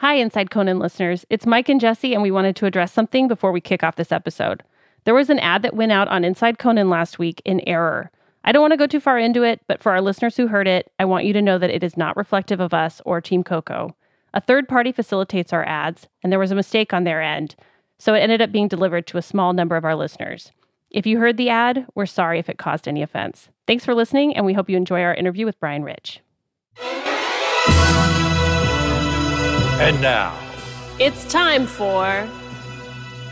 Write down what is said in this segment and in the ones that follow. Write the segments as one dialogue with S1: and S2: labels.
S1: Hi, Inside Conan listeners. It's Mike and Jesse, and we wanted to address something before we kick off this episode. There was an ad that went out on Inside Conan last week in error. I don't want to go too far into it, but for our listeners who heard it, I want you to know that it is not reflective of us or Team Coco. A third party facilitates our ads, and there was a mistake on their end, so it ended up being delivered to a small number of our listeners. If you heard the ad, we're sorry if it caused any offense. Thanks for listening, and we hope you enjoy our interview with Brian Rich.
S2: And now,
S3: It's time for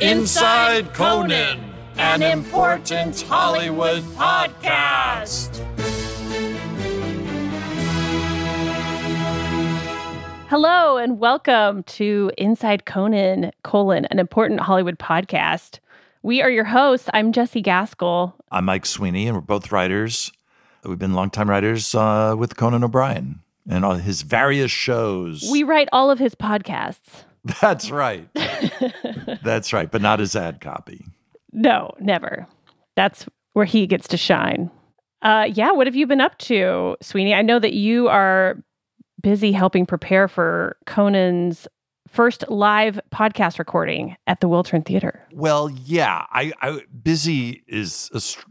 S2: Inside Conan, an important Hollywood podcast.
S1: Hello and welcome to Inside Conan colon an important Hollywood podcast. We are your hosts. I'm Jesse Gaskell.
S2: I'm Mike Sweeney, and we're both writers. We've been longtime writers uh, with Conan O'Brien and all his various shows.
S1: We write all of his podcasts.
S2: That's right. That's right, but not his ad copy.
S1: No, never. That's where he gets to shine. Uh, yeah, what have you been up to, Sweeney? I know that you are busy helping prepare for Conan's first live podcast recording at the Wiltern Theater.
S2: Well, yeah, I, I busy is a str-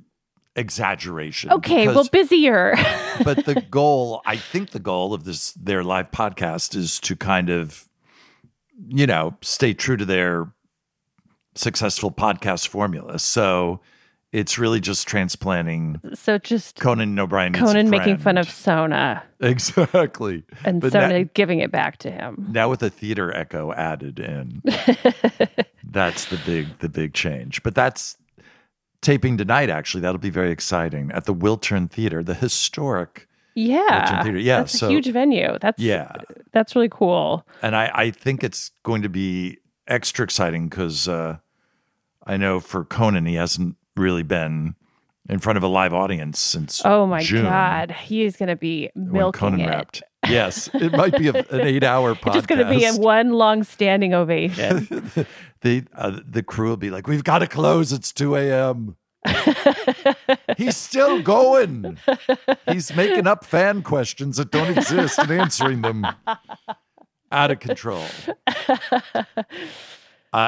S2: exaggeration.
S1: Okay,
S2: because-
S1: well, busier.
S2: but the goal, I think the goal of this their live podcast is to kind of, you know, stay true to their successful podcast formula. So it's really just transplanting
S1: so just
S2: Conan O'Brien. Needs a
S1: Conan making fun of
S2: Friend.
S1: Sona.
S2: exactly,
S1: and
S2: But
S1: Sona
S2: that-
S1: giving it back to him.
S2: now with a theater echo added in. that's the big the big change. But that's taping tonight. Actually, that'll be very exciting at the Wiltern Theater, the historic.
S1: yeah,
S2: Theater, yeah,
S1: that's
S2: so-
S1: a huge venue. That's
S2: Yeah,
S1: that's really cool.
S2: and I, I think it's going to be extra exciting because uh, I know for Conan he hasn't really been in front of a live audience since.
S1: Oh my
S2: June,
S1: god, he is going to be
S2: when
S1: milking
S2: Conan
S1: it.
S2: wrapped. Yes, it might be a, an eight-hour podcast.
S1: It's just going to be in one long standing ovation.
S2: the uh, the crew will be like, "We've got to close. It's two a.m." He's still going. He's making up fan questions that don't exist and answering them. Out of control. Uh, and
S1: Well,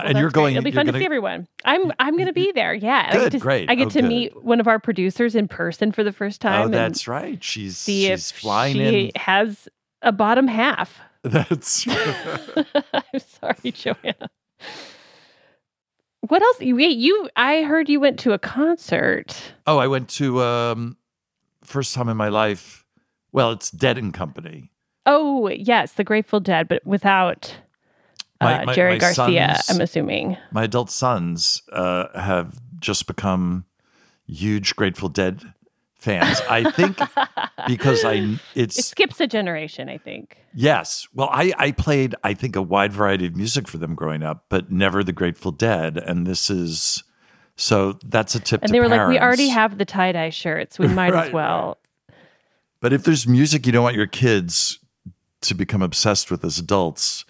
S2: you're
S1: that's great.
S2: going.
S1: It'll be
S2: you're
S1: fun
S2: gonna-
S1: to see everyone. I'm I'm going to be there. Yeah, I
S2: Good,
S1: get to,
S2: great.
S1: I get
S2: Oh,
S1: to
S2: good.
S1: meet one of our producers in person for the first time.
S2: Oh,
S1: and
S2: that's right. She's
S1: see
S2: she's
S1: if
S2: flying
S1: she
S2: in.
S1: has a bottom half.
S2: That's
S1: I'm sorry, Joanna. What else? Wait, you? I heard you went to a concert.
S2: oh, I went to um first time in my life. Well, it's Dead and Company.
S1: Oh, yes, the Grateful Dead, but without
S2: My-
S1: uh,
S2: my-
S1: Jerry
S2: my
S1: Garcia.
S2: son's-
S1: I'm assuming.
S2: My adult sons uh, have just become huge Grateful Dead fans. I think because I
S1: It
S2: it's
S1: skips a generation, I think.
S2: yes. Well, I I played I think a wide variety of music for them growing up, but never the Grateful Dead, and this is so that's a tip.
S1: And
S2: to
S1: they were like, "We already
S2: parents."
S1: have the tie dye shirts. We might
S2: Right,
S1: as well."
S2: But if there's music you don't want your kids to become obsessed with as adults,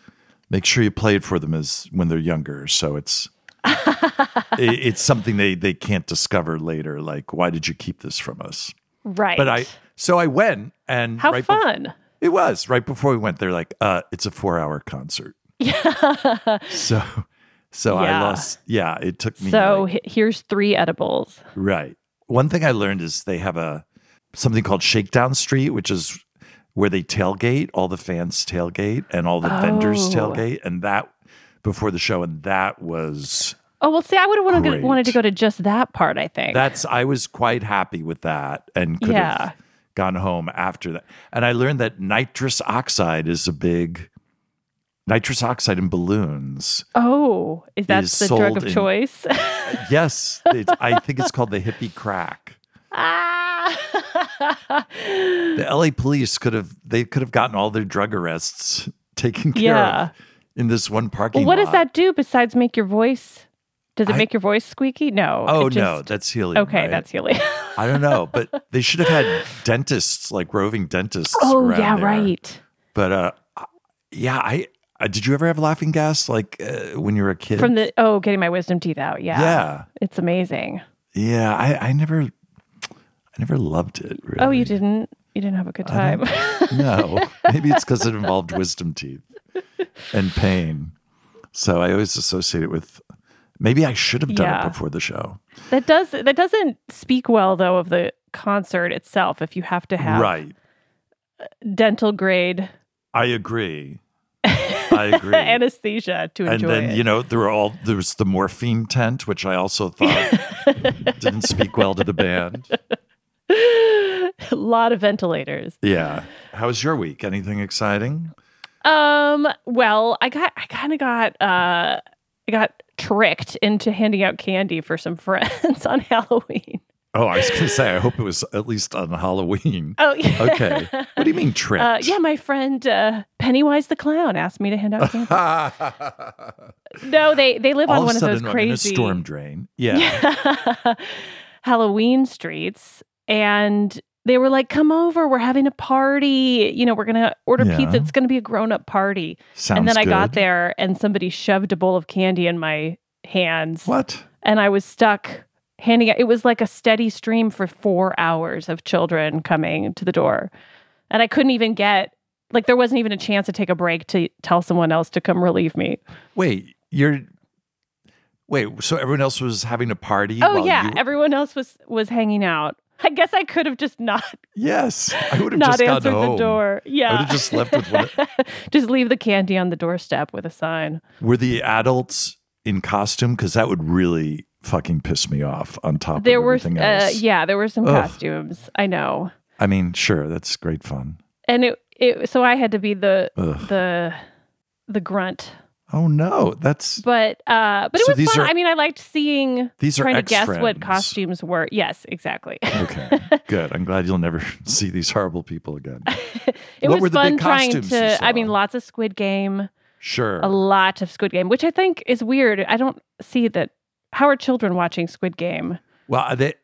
S2: make sure you play it for them as when they're younger. So it's i- it's something they they can't discover later. Like, why did you keep this from us?
S1: Right.
S2: But I so I went and
S1: How
S2: right bef-
S1: fun!
S2: it was right before we went. They're like, uh, it's a four hour concert.
S1: yeah.
S2: So so I
S1: Yeah.
S2: lost. Yeah, it took me.
S1: so
S2: like-
S1: he- here's three edibles.
S2: Right. One thing I learned is they have a something called Shakedown Street, which is where they tailgate, all the fans tailgate and all the vendors
S1: Oh.
S2: tailgate. And that before the show, and that was
S1: Oh well, see, I would have wanted, to
S2: Great.
S1: go- wanted to go to just that part. I think
S2: that's I was quite happy with that and could
S1: Yeah.
S2: have gone home after that. And I learned that nitrous oxide is a big nitrous oxide in balloons.
S1: Oh, is that
S2: is
S1: the drug
S2: sold
S1: of
S2: in-
S1: choice?
S2: Yes, it's, I think it's called the hippie crack.
S1: ah!
S2: The LA police could have they could have gotten all their drug arrests taken care
S1: Yeah.
S2: of in this one parking
S1: well, what
S2: lot.
S1: does that do besides make your voice? Does it
S2: I-
S1: make your voice squeaky? No.
S2: Oh
S1: it
S2: no,
S1: just-
S2: that's helium.
S1: Okay,
S2: right?
S1: that's Healy.
S2: I don't know, but they should have had dentists like roving dentists.
S1: oh
S2: around
S1: yeah,
S2: there.
S1: right.
S2: But uh, I- yeah, I uh, did you ever have laughing gas like uh, when you were a kid?
S1: From the oh, getting my wisdom teeth out. Yeah.
S2: yeah,
S1: It's amazing.
S2: yeah. I I never I never loved it. Really.
S1: Oh, you didn't. You didn't have a good
S2: I
S1: time.
S2: don't- no, maybe it's because it involved wisdom teeth and pain. So I always associate it with. Maybe I should have done
S1: Yeah.
S2: it before the show.
S1: that does. That doesn't speak well though of the concert itself. If you have to have
S2: Right.
S1: dental grade
S2: I agree. I agree.
S1: anesthesia to
S2: and
S1: enjoy
S2: then
S1: it.
S2: you know there were all there was the morphine tent, which I also thought didn't speak well to the band.
S1: a lot of ventilators.
S2: Yeah. How was your week? Anything exciting?
S1: Um. Well, I got. I kind of got. Uh, I got tricked into handing out candy for some friends on Halloween.
S2: Oh, I was going to say I hope it was at least on Halloween.
S1: Oh, yeah.
S2: Okay. What do you mean tricked?
S1: Uh, yeah, my friend uh, Pennywise the clown asked me to hand out candy. no, they they live
S2: All
S1: on
S2: of a
S1: one of,
S2: sudden,
S1: those
S2: I'm in a
S1: crazy
S2: storm drain. Yeah.
S1: Halloween streets, and they were like, "Come over, we're having a party. You know, we're gonna order
S2: Yeah.
S1: pizza. It's gonna be a grown up party."
S2: Sounds
S1: and then I got
S2: good.
S1: there, and somebody shoved a bowl of candy in my hands.
S2: What?
S1: and I was stuck handing out. It was like a steady stream for four hours of children coming to the door, and I couldn't even get like there wasn't even a chance to take a break to tell someone else to come relieve me.
S2: Wait, you're. Wait, so everyone else was having a party?
S1: Oh
S2: while
S1: yeah,
S2: you-
S1: everyone else was was hanging out. I guess I could have just not
S2: yes. I would have
S1: not
S2: just gone
S1: answered
S2: home.
S1: the door. Yeah,
S2: have just left with one-
S1: just leave the candy on the doorstep with a sign.
S2: Were the adults in costume? Because that would really fucking piss me off. On top
S1: There
S2: of
S1: were
S2: everything
S1: uh,
S2: else.
S1: yeah, there were some
S2: Ugh.
S1: costumes. I know,
S2: I mean, sure, that's great fun.
S1: and it it so I had to be the
S2: Ugh.
S1: the the grunt
S2: Oh no, that's
S1: but uh but it
S2: So
S1: was
S2: these
S1: fun
S2: are-
S1: i mean i liked seeing
S2: these are
S1: trying to guess
S2: ex-friends.
S1: what costumes were yes exactly
S2: okay. Good. I'm glad you'll never see these horrible people again.
S1: it
S2: What
S1: was
S2: were the
S1: fun
S2: big
S1: trying
S2: costumes you
S1: to i
S2: saw?
S1: mean lots of squid game
S2: Sure.
S1: a lot of squid game which i think is weird i don't see that how are children watching squid game
S2: Well, are they,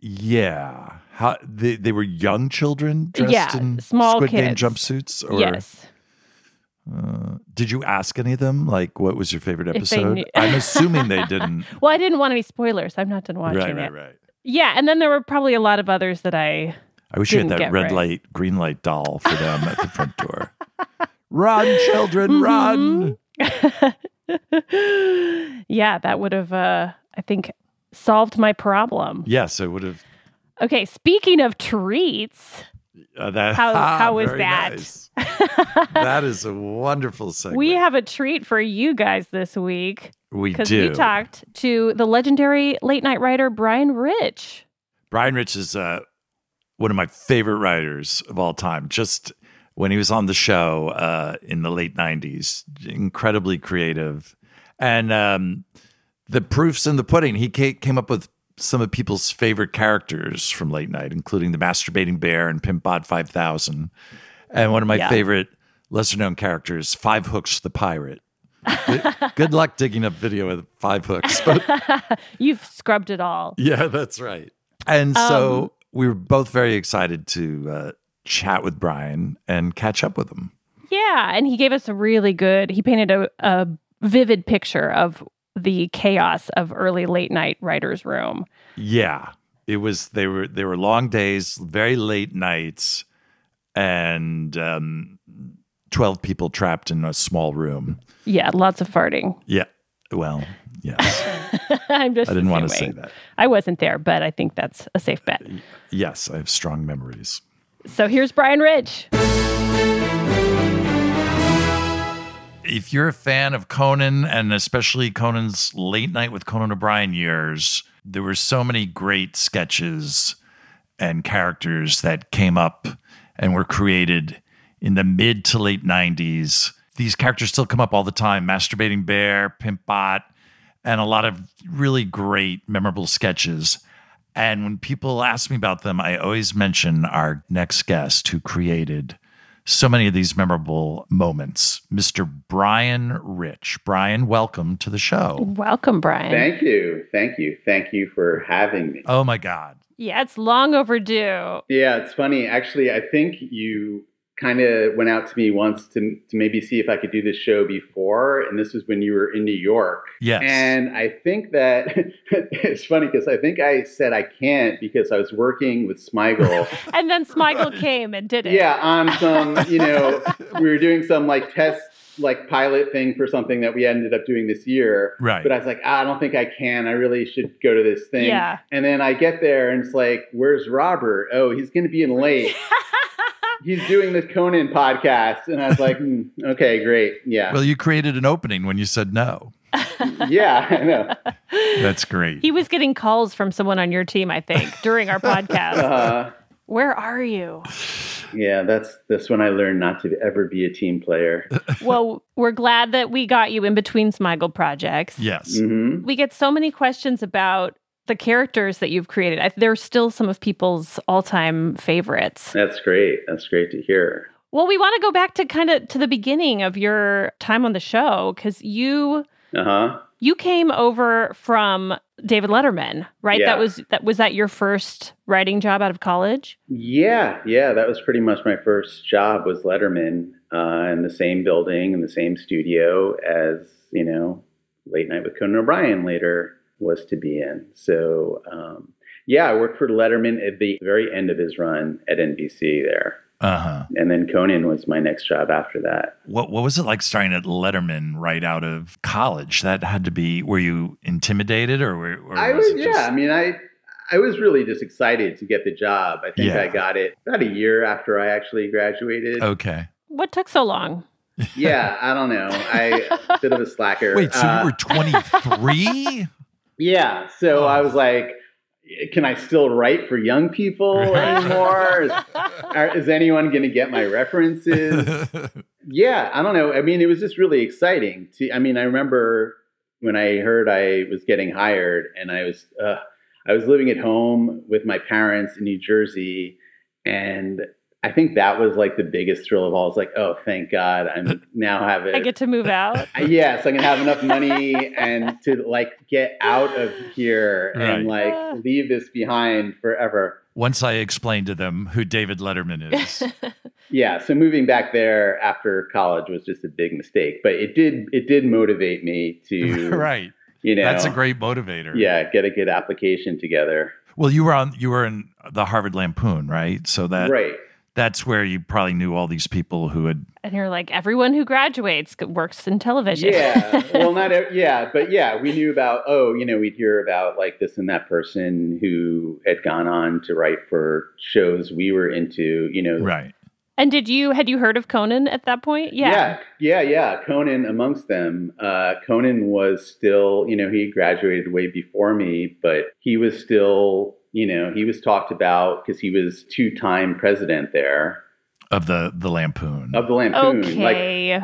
S2: yeah. How they, they were young children dressed
S1: Yeah,
S2: in
S1: small
S2: Squid Game
S1: kids.
S2: jumpsuits? Or
S1: yes
S2: uh, did you ask any of them like what was your favorite
S1: they
S2: episode?
S1: knew-
S2: I'm assuming they didn't.
S1: well i didn't want any spoilers i'm not done watching
S2: right,
S1: it
S2: right, right.
S1: yeah and then there were probably a lot of others that i
S2: I wish you had
S1: Didn't
S2: that
S1: get
S2: red
S1: right.
S2: light, green light doll for them at the front door. Run, children,
S1: Mm-hmm.
S2: run.
S1: Mm-hmm. yeah that would have uh i think solved my problem
S2: Yes, I would have
S1: okay speaking of treats
S2: uh, that
S1: How-
S2: ah,
S1: how was
S2: very
S1: that?
S2: nice. that is a wonderful segue.
S1: We have a treat for you guys this week
S2: we
S1: because
S2: do.
S1: we talked to the legendary late night writer Brian Rich.
S2: Brian Rich is uh, one of my favorite writers of all time. Just when he was on the show uh, in the late 90s, incredibly creative. And um, the proof's in the pudding. He ca- came up with some of people's favorite characters from late night, including the masturbating bear and Pimp Bod 5000. And one of my
S1: Yeah.
S2: favorite lesser known characters, Five Hooks the Pirate. Good luck digging up video with Five Hooks, but
S1: You've scrubbed it all.
S2: yeah, that's right. And so we were both very excited to uh, chat with Brian and catch up with him.
S1: Yeah. And he gave us a really good, he painted a, a vivid picture of the chaos of early late night writer's room.
S2: Yeah, it was they were they were long days, very late nights, and um, twelve people trapped in a small room.
S1: Yeah. Lots of farting.
S2: Yeah, well, yes,
S1: I'm just,
S2: I didn't want to say
S1: assuming.
S2: that.
S1: I wasn't there, but I think that's a safe bet.
S2: Yes, I have strong memories.
S1: So here's Brian Rich.
S2: If you're a fan of Conan and especially Conan's late night with Conan O'Brien years, there were so many great sketches and characters that came up and were created in the mid to late 90s. These characters still come up all the time Masturbating Bear, Pimp Bot, and a lot of really great, memorable sketches. And when people ask me about them, I always mention our next guest who created so many of these memorable moments, Mr. Brian Rich. Brian, welcome to the show.
S1: Welcome, Brian.
S4: Thank you. Thank you. Thank you for having me.
S2: Oh my God.
S1: Yeah, it's long overdue.
S4: Yeah, it's funny. Actually, I think you kind of went out to me once to, to maybe see if I could do this show before. And this was when you were in New York.
S2: Yes.
S4: And I think that it's funny because I think I said I can't because I was working with Smigel.
S1: And then Smigel came and did it.
S4: yeah, on some, you know, we were doing some like test, like pilot thing for something that we ended up doing this year.
S2: Right.
S4: But I was like, ah, I don't think I can. I really should go to this thing.
S1: Yeah.
S4: And then I get there and it's like, where's Robert? Oh, he's going to be in late. he's doing this Conan podcast. And I was like, hmm, okay, great. Yeah.
S2: Well, you created an opening when you said no.
S4: yeah, I know.
S2: That's great.
S1: He was getting calls from someone on your team, I think, during our podcast.
S4: Uh,
S1: Where are you?
S4: yeah, that's that's when I learned not to ever be a team player.
S1: Well, we're glad that we got you in between Smigel projects.
S2: Yes.
S4: hmm
S1: We get so many questions about the characters that you've created. I, they're still some of people's all-time favorites.
S4: That's great. That's great to hear.
S1: Well, we want to go back to kind of to the beginning of your time on the show cuz you
S4: Uh huh.
S1: you came over from David Letterman, right?
S4: Yeah.
S1: That was that was that your first writing job out of college?
S4: Yeah, yeah, that was pretty much my first job was Letterman uh, in the same building in the same studio as you know Late Night with Conan O'Brien later was to be in. So um, yeah, I worked for Letterman at the very end of his run at NBC there,
S2: Uh huh.
S4: and then Conan was my next job after that.
S2: What What was it like starting at Letterman right out of college? That had to be. Were you intimidated, or were? Or
S4: I was,
S2: it
S4: yeah. I
S2: just-
S4: mean, I I was really just excited to get the job. I think
S2: Yeah. Oh.
S4: I got it about a year after I actually graduated.
S2: okay.
S1: What took so long?
S4: Yeah, I don't know. I bit of a slacker.
S2: Wait. So
S4: Uh,
S2: you were twenty three.
S4: Yeah. So
S2: Oh.
S4: I was like, "Eh, can I still write for young people
S2: Right.
S4: anymore? is, are, is anyone going to get my references? yeah. I don't know. I mean, it was just really exciting to, I mean, I remember when I heard I was getting hired and I was, uh, I was living at home with my parents in New Jersey and I think that was like the biggest thrill of all. It's like, oh, thank God, I'm now have it.
S1: I get to move out.
S4: Uh, yeah, so I can have enough money and to like get out of here and
S1: Right.
S4: like leave this behind forever.
S2: Once I explained to them who David Letterman is,
S4: Yeah, so moving back there after college was just a big mistake, but it did it did motivate me to
S2: right?
S4: you know
S2: That's a great motivator.
S4: yeah get a good application together.
S2: Well, you were on. You were in the Harvard Lampoon, right? So that
S4: right.
S2: that's where you probably knew all these people who had.
S1: And you're like, everyone who graduates g- works in television.
S4: Yeah. Well, not ev- yeah, but yeah, we knew about oh, you know, we'd hear about like this and that person who had gone on to write for shows we were into, you know,
S2: Right.
S1: and did you had you heard of Conan at that point? Yeah.
S4: yeah, yeah, yeah. Conan amongst them. Uh, Conan was still, you know, he graduated way before me, but he was still, you know, he was talked about because he was two-time president there
S2: Of the the Lampoon.
S4: of the Lampoon. Like
S1: Okay.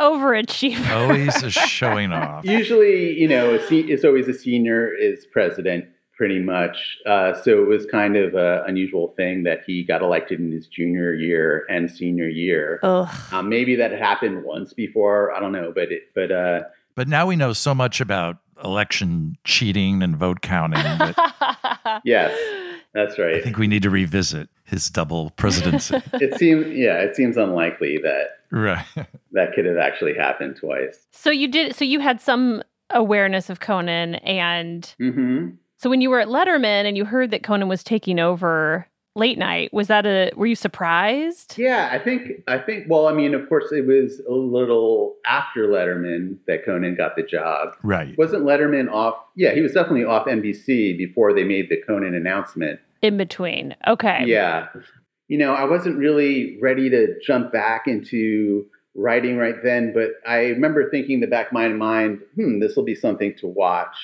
S1: Overachiever.
S2: Always a showing off.
S4: usually, you know, a se- it's always a senior is president, pretty much. Uh, so it was kind of an unusual thing that he got elected in his junior year and senior year.
S1: Ugh.
S4: Uh, maybe that had happened once before. I don't know, but it, but uh,
S2: But now we know so much about election cheating and vote counting that
S4: yes, that's right.
S2: I think we need to revisit his double presidency.
S4: it seems yeah it seems unlikely that
S2: right.
S4: that could have actually happened twice
S1: so you did so you had some awareness of Conan and
S4: hmm
S1: so when you were at Letterman and you heard that Conan was taking over late night, was that a were you surprised?
S4: yeah i think i think well i mean of course it was a little after letterman that conan got the job
S2: Right.
S4: wasn't letterman off yeah he was definitely off nbc before they made the conan announcement
S1: In between. Okay.
S4: yeah you know, I wasn't really ready to jump back into writing right then, but I remember thinking in the back of my mind, hmm, this will be something to watch,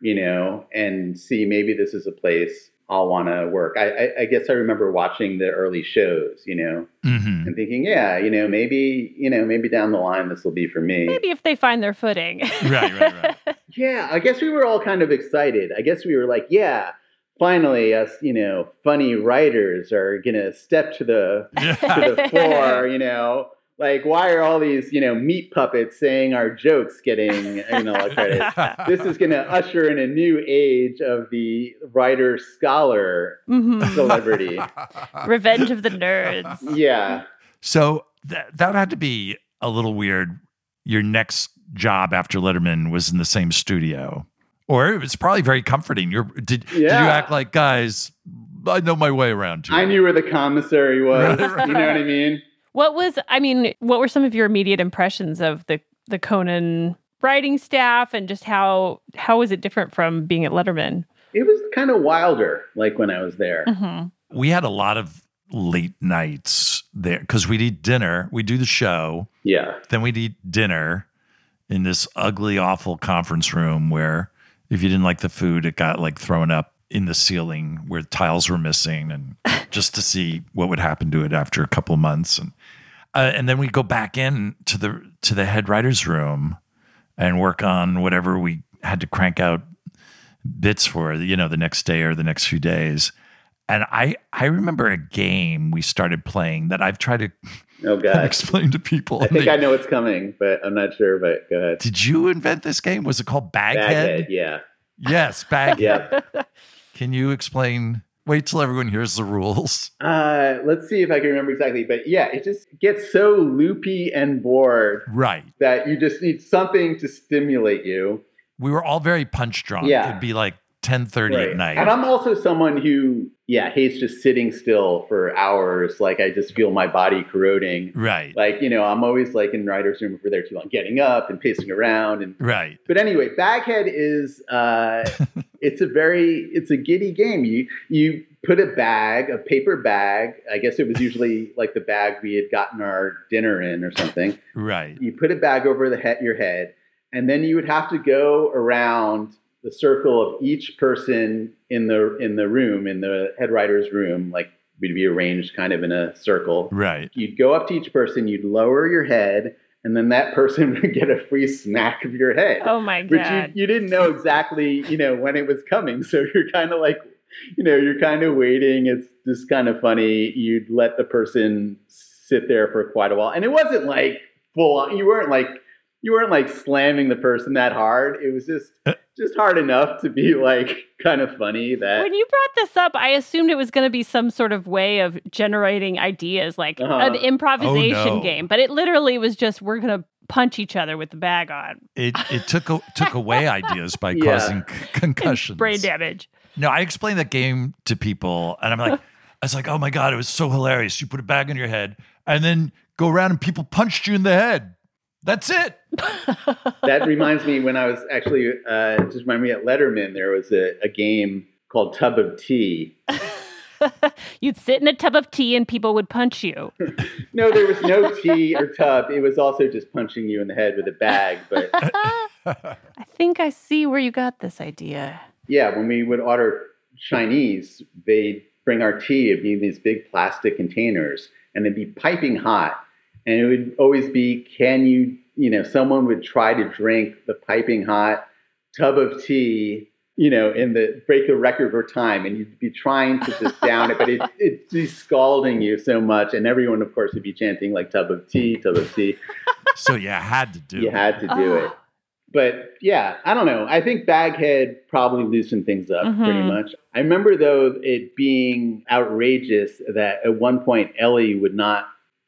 S4: you know, and see maybe this is a place I'll want to work. I, I, I guess I remember watching the early shows, you know,
S2: Mm-hmm.
S4: and thinking, yeah, you know, maybe, you know, maybe down the line this will be for me.
S1: Maybe if they find their footing.
S2: Right, right, right.
S4: Yeah, I guess we were all kind of excited. I guess we were like, yeah, finally, us, you know, funny writers are gonna step to the
S2: Yeah.
S4: to the floor, you know. Like, why are all these, you know, meat puppets saying our jokes getting, you know, like credit? This is going to usher in a new age of the writer scholar
S1: Mhm.
S4: celebrity.
S1: Revenge of the Nerds.
S4: yeah.
S2: So th- that had to be a little weird. Your next job after Letterman was in the same studio, or it was probably very comforting. You're, did, did you
S4: Yeah.
S2: act like guys? I know my way around here.
S4: I knew where the commissary was.
S2: Right, right.
S4: You know what I mean?
S1: What was I mean, what were some of your immediate impressions of the the Conan writing staff and just how how was it different from being at Letterman?
S4: It was kind of wilder, like when I was there.
S1: Mhm.
S2: we had a lot of late nights there because we'd eat dinner. We do the show,
S4: Yeah.
S2: then we'd eat dinner in this ugly, awful conference room where if you didn't like the food, it got like thrown up in the ceiling where tiles were missing, and just to see what would happen to it after a couple of months, and uh, and then we'd go back in to the to the head writer's room and work on whatever we had to crank out bits for you know the next day or the next few days and i i remember a game we started playing that i've tried to
S4: Oh, God.
S2: explain to people
S4: I
S2: and
S4: think
S2: they-
S4: I know what's coming, but I'm not sure. But go ahead.
S2: did you invent this game? Was it called Baghead?
S4: Baghead, yeah,
S2: Yes, Baghead.
S4: yeah.
S2: Can you explain? Wait till everyone hears the rules.
S4: uh, let's see if I can remember exactly, but yeah, it just gets so loopy and bored
S2: Right.
S4: that you just need something to stimulate you.
S2: We were all very punch drunk.
S4: Yeah.
S2: It'd be like 10:30 at
S4: Right.
S2: night.
S4: And I'm also someone who, yeah, hates just sitting still for hours. Like I just feel my body corroding.
S2: right.
S4: Like you know, I'm always like in writer's room if we're there too long, getting up and pacing around and
S2: right.
S4: But anyway, baghead is uh, it's a very it's a giddy game. You you put a bag, a paper bag. I guess it was usually like the bag we had gotten our dinner in or something.
S2: Right.
S4: You put a bag over the head, your head, and then you would have to go around the circle of each person in the in the room in the head writer's room, like we'd be arranged kind of in a circle.
S2: Right.
S4: You'd go up to each person, you'd lower your head, and then that person would get a free smack of your head
S1: Oh my
S4: but
S1: god.
S4: you, you didn't know exactly you know when it was coming so you're kind of like you know you're kind of waiting it's just kind of funny you'd let the person sit there for quite a while and it wasn't like full on you weren't like you weren't like slamming the person that hard it was just just hard enough to be like kind of funny that
S1: when you brought this up, I assumed it was going to be some sort of way of generating ideas, like
S4: Uh-huh.
S1: an improvisation
S2: Oh, no.
S1: game. But it literally was just we're going to punch each other with the bag on
S2: It it took a, took away ideas by
S4: Yeah.
S2: causing c-
S1: and
S2: concussions.
S1: brain damage.
S2: No, I explained that game to people, and I'm like, I was like, oh my god, it was so hilarious. You put a bag on your head, and then go around, and people punched you in the head. That's it.
S4: that reminds me when i was actually uh, just remind me at letterman there was a, a game called tub of tea
S1: You'd sit in a tub of tea and people would punch you.
S4: No, there was no tea or tub. It was also just punching you in the head with a bag. But
S1: I think I see where you got this idea.
S4: yeah, when we would order Chinese, they'd bring our tea it'd be in these big plastic containers and it'd be piping hot. And it would always be, can you, you know, someone would try to drink the piping hot tub of tea, you know, in the break the record for time. And you'd be trying to just down it, but it, it'd be scalding you so much. And everyone, of course, would be chanting like tub of tea, tub of tea.
S2: So you had to do.
S4: You
S2: it.
S4: had to do it. But yeah, I don't know. I think Baghead probably loosened things up pretty
S1: Mhm.
S4: much. I remember though it being outrageous that at one point Ellie would not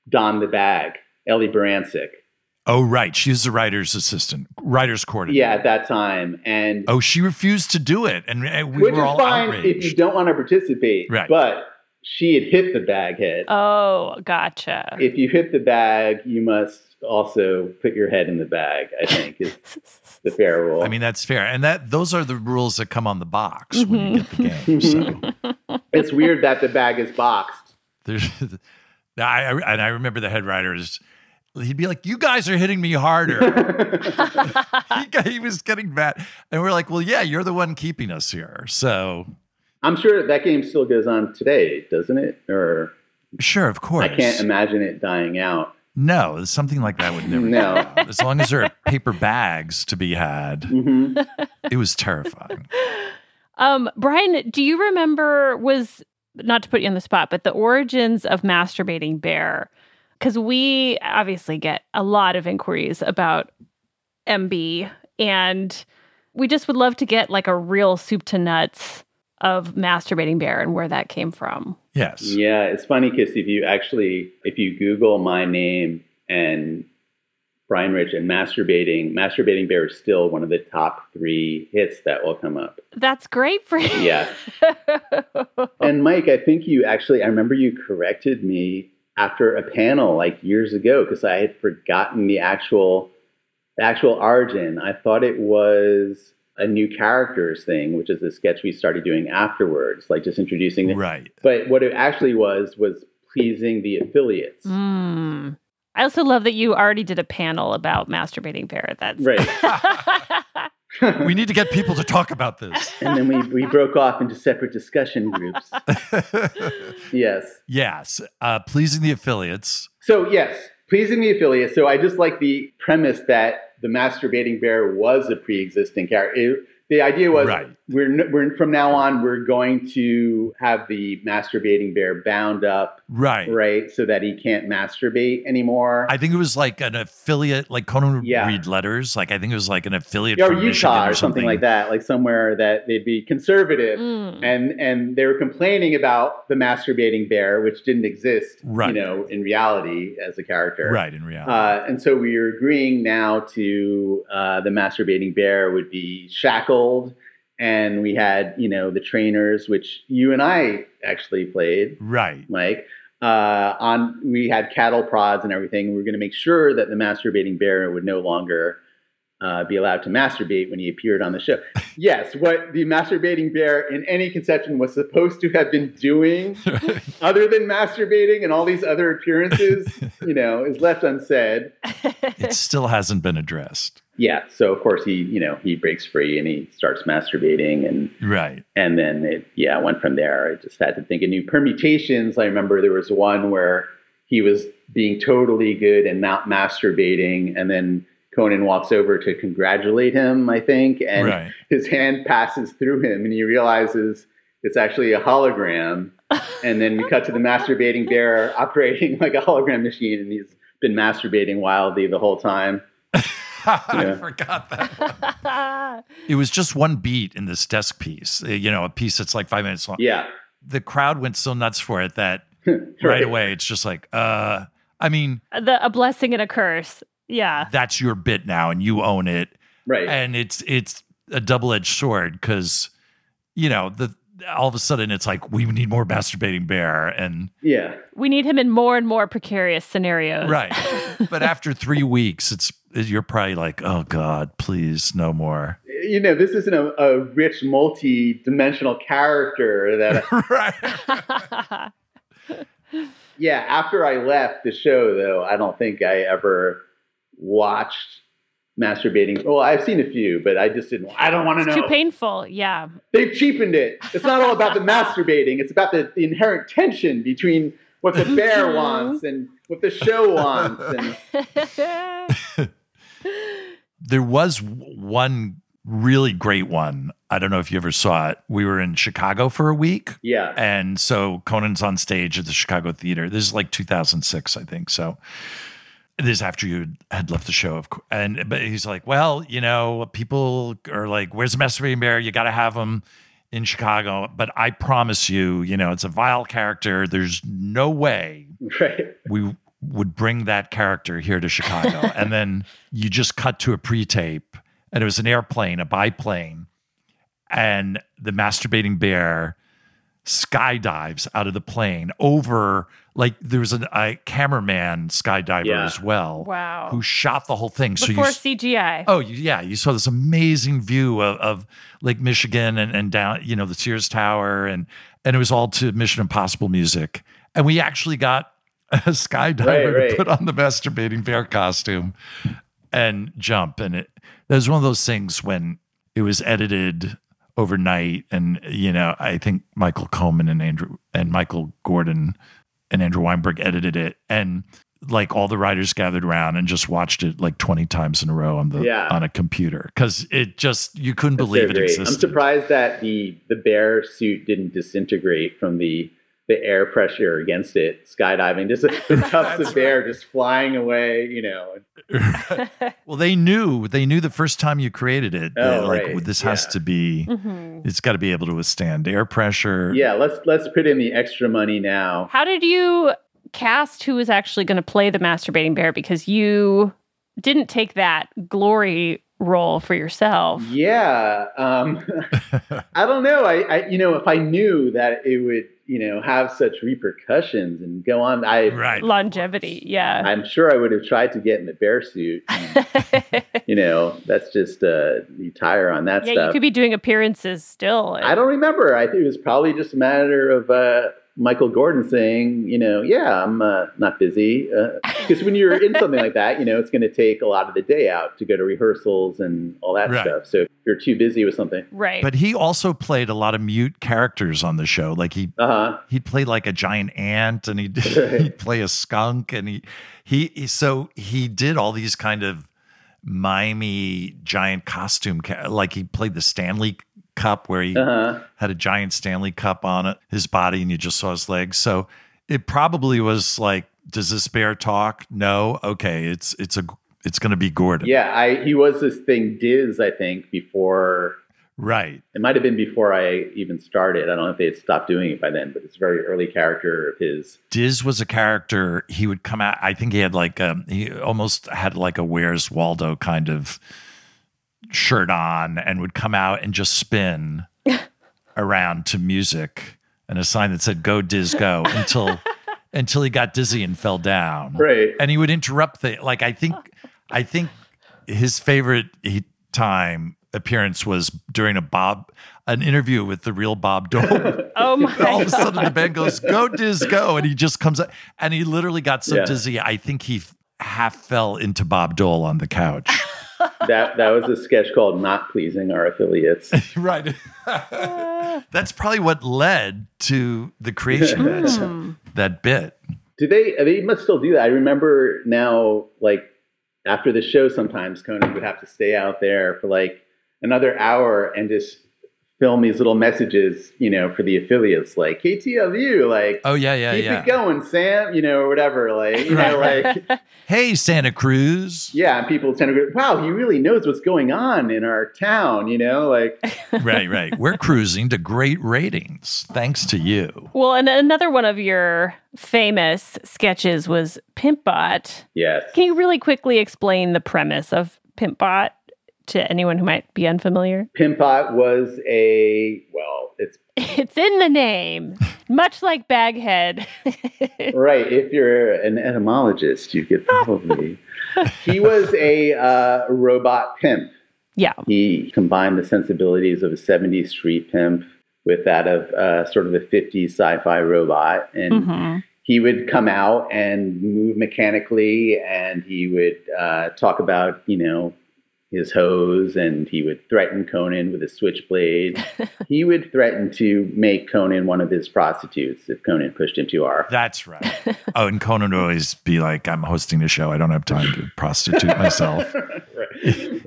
S4: don the bag. Ellie Barancic.
S2: Oh right, she was the writer's assistant, writer's coordinator.
S4: Yeah, at that time. And
S2: Oh, she refused to do it, and, and we
S4: which
S2: were
S4: is
S2: all
S4: fine if you
S2: outraged.
S4: don't want to participate.
S2: Right.
S4: But she had hit the baghead.
S1: Oh, gotcha.
S4: if you hit the bag, you must also put your head in the bag, I think, is the fair rule.
S2: I mean, that's fair, and that those are the rules that
S4: Mm-hmm.
S2: come on the box when you get the game. So
S4: it's weird that the bag is boxed.
S2: There's, I, I and I remember the head writer is. He'd be like, "You guys are hitting me harder." he, got- he was getting mad, and we're like, "Well, yeah, you're the one keeping us here." So,
S4: I'm sure that game still goes on today, doesn't it? Or
S2: sure, of course,
S4: I can't imagine it dying out.
S2: No, something like that would never.
S4: No.
S2: go down. as long as there are paper bags to be had,
S4: hmm
S2: it was terrifying.
S1: Um, Brian, do you remember was not to put you on the spot, but the origins of masturbating bear? Because we obviously get a lot of inquiries about MB, and we just would love to get like a real soup to nuts of masturbating bear and where that came from.
S2: Yes.
S4: Yeah, it's funny because if you actually if you Google my name and Brian Rich and masturbating, masturbating bear is still one of the top three hits that will come up.
S1: That's great for you.
S4: Yeah. And Mike, I think you actually I remember you corrected me after a panel like years ago because I had forgotten the actual the actual origin. I thought it was a new characters thing, which is the sketch we started doing afterwards, like just introducing the
S2: Right.
S4: But what it actually was was pleasing the affiliates.
S1: Mm. I also love that you already did a panel about masturbating bear. That's
S4: Right.
S2: We need to get people to talk about this.
S4: and then we, we broke off into separate discussion groups. yes.
S2: yes. Uh, pleasing the affiliates.
S4: So, yes, pleasing the affiliates. So, I just like the premise that the masturbating bear was a pre existing character. It- the idea was
S2: Right.
S4: we're, n- we're from now on, we're going to have the masturbating bear bound up,
S2: Right.
S4: right? So that he can't masturbate anymore.
S2: I think it was like an affiliate, like Conan would
S4: Yeah.
S2: read letters. Like I think it was like an affiliate
S4: or
S2: from Michigan
S4: Utah or something like that, like somewhere that they'd be conservative,
S1: Mm.
S4: and and they were complaining about the masturbating bear, which didn't exist,
S2: Right.
S4: you know, in reality as a character,
S2: Right. In reality.
S4: Uh, and so we are agreeing now to uh, the masturbating bear would be shackled, and we had you know the trainers, which you and I actually played,
S2: right.
S4: Mike. Uh, on we had cattle prods and everything. We were going to make sure that the masturbating bear would no longer uh, be allowed to masturbate when he appeared on the show. yes, what the masturbating bear in any conception was supposed to have been doing, other than masturbating and all these other appearances, you know, is left unsaid.
S2: It still hasn't been addressed.
S4: Yeah. So of course he, you know, he breaks free and he starts masturbating and
S2: Right.
S4: and then it yeah it went from there i just had to think of new permutations i remember there was one where he was being totally good and not masturbating and then conan walks over to congratulate him i think and
S2: right.
S4: his hand passes through him and he realizes it's actually a hologram and then we cut to the masturbating bear operating like a hologram machine and he's been masturbating wildly the whole time
S2: I
S4: Yeah.
S2: forgot that. one. It was just one beat in this desk piece. uh, You know, a piece that's like five minutes long.
S4: yeah
S2: The crowd went so nuts for it that right
S4: Right.
S2: away it's just like, uh, I mean,
S1: the a blessing and a curse. Yeah.
S2: that's your bit now, and you own it.
S4: right
S2: and it's it's a double-edged sword because you know the all of a sudden it's like we need more masturbating bear and
S4: yeah
S1: We need him in more and more precarious scenarios.
S2: right but after three weeks it's you're probably like oh god please no more
S4: you know, this isn't a, a rich, multi-dimensional character that.
S2: right
S4: yeah, after I left the show, though, I don't think I ever watched masturbating. Well, I've seen a few, but I just didn't. I don't want
S1: It's
S4: to
S1: too
S4: know.
S1: painful. Yeah.
S4: They've cheapened it. It's not all about the masturbating. It's about the, the inherent tension between what the bear wants and what the show wants. And
S2: there was w- one really great one i don't know if you ever saw it we were in chicago for a week
S4: yeah,
S2: And so Conan's on stage at the Chicago Theater. This is like 2006, I think. So this is after you had left the show, of course. And but he's like, well, you know, people are like, where's the masturbating bear? You got to have him in Chicago. But I promise you, you know, it's a vile character. There's no way
S4: right.
S2: we would bring that character here to Chicago. and then you just cut to a pre tape, and it was an airplane, a biplane, and the masturbating bear skydives out of the plane over, like, there was an, a cameraman skydiver
S4: Yeah.
S2: as well.
S1: Wow.
S2: Who shot the whole thing. so
S1: Before
S2: you. s-
S1: CGI.
S2: Oh you- yeah, you saw this amazing view of, of Lake Michigan and, and down, you know, the Sears Tower, and and it was all to Mission Impossible music. and we actually got a skydiver
S4: Right, right.
S2: to put on the masturbating bear costume and jump. And it that was one of those things when it was edited overnight, and you know, I think Michael Coleman and Andrew and Michael Gordon and Andrew Weinberg edited it, and like all the writers gathered around and just watched it like 20 times in a row on the
S4: Yeah.
S2: on a computer because it just you couldn't
S4: That's
S2: believe it
S4: great.
S2: existed
S4: I'm surprised that the the bear suit didn't disintegrate from the the air pressure against it skydiving. Just the tufts of bear just flying away. You know,
S2: Well, they knew they knew the first time you created it.
S4: Oh,
S2: that, like
S4: right.
S2: this has
S4: Yeah.
S2: to be,
S1: Mhm.
S2: it's got to be able to withstand air pressure.
S4: yeah. Let's let's put in the extra money now.
S1: How did you cast who was actually going to play the masturbating bear? Because you didn't take that glory role for yourself.
S4: Yeah, um, I don't know. I, I you know if I knew that it would you know have such repercussions and go on, I
S2: Right.
S1: Longevity, yeah.
S4: I'm sure I would have tried to get in the bear suit. you know, that's just uh, you tire on that
S1: yeah,
S4: stuff.
S1: you could be doing appearances still.
S4: I don't remember. I think it was probably just a matter of uh, Michael Gordon saying, you know, yeah, I'm uh, not busy. Because when you're in something like that, you know, it's going to take a lot of the day out to go to rehearsals and all that
S2: Right.
S4: stuff. So if you're too busy with something,
S1: Right.
S2: But he also played a lot of mute characters on the show. Like he
S4: uh huh.
S2: he'd play like a giant ant, and he'd,
S4: Right.
S2: he'd play a skunk, and he, he he- so he did all these kind of mimey giant costume. Ca- like he played the Stanley Cup, where he
S4: Uh huh.
S2: had a giant Stanley cup on it, his body, and you just saw his legs. So it probably was like, does this bear talk? No. Okay, it's it's a it's going to be Gordon.
S4: Yeah, I he was this thing Diz, I think, before
S2: Right.
S4: it might have been before I even started. I don't know if they had stopped doing it by then, but it's a very early character of his.
S2: Diz was a character. He would come out. I think he had like um he almost had like a Where's Waldo kind of shirt on, and would come out and just spin around to music and a sign that said "Go Diz Go" until until he got dizzy and fell down.
S4: Right.
S2: and he would interrupt the like i think i think his favorite he, time appearance was during a bob an interview with the real bob dole
S1: oh
S2: all
S1: my.
S2: of a sudden the band goes go diz go and he just comes up and he literally got so
S4: Yeah.
S2: dizzy i think he f- half fell into bob dole on the couch
S4: that that was a sketch called "Not Pleasing Our Affiliates."
S2: right that's probably what led to the creation of
S4: Hmm.
S1: Hmm.
S2: that, that bit
S4: Do they? They must still do that. I remember now, like after the show, sometimes Conan would have to stay out there for like another hour and just film these little messages, you know, for the affiliates, like KTLU, like
S2: oh yeah yeah
S4: keep
S2: yeah
S4: it going, Sam, you know, or whatever, like you know, like
S2: hey santa cruz
S4: yeah. And people tend to go, wow, he really knows what's going on in our town, you know, like
S2: right, right. We're cruising to great ratings thanks to you.
S1: Well, and another one of your famous sketches was Pimpbot.
S4: yes,
S1: Can you really quickly explain the premise of Pimpbot to anyone who might be unfamiliar?
S4: Pimpot was a well, it's
S1: It's in the name, much like Baghead.
S4: right. If you're an etymologist, you could probably. he was a uh, robot pimp.
S1: yeah.
S4: He combined the sensibilities of a 70s street pimp with that of uh, sort of a 50s sci fi robot. And
S1: Mhm.
S4: he would come out and move mechanically and he would uh, talk about, you know, his hose and he would threaten Conan with a switchblade. he would threaten to make Conan one of his prostitutes if Conan pushed him too hard.
S2: That's right. Oh, and Conan would always be like, I'm hosting a show. I don't have time to prostitute myself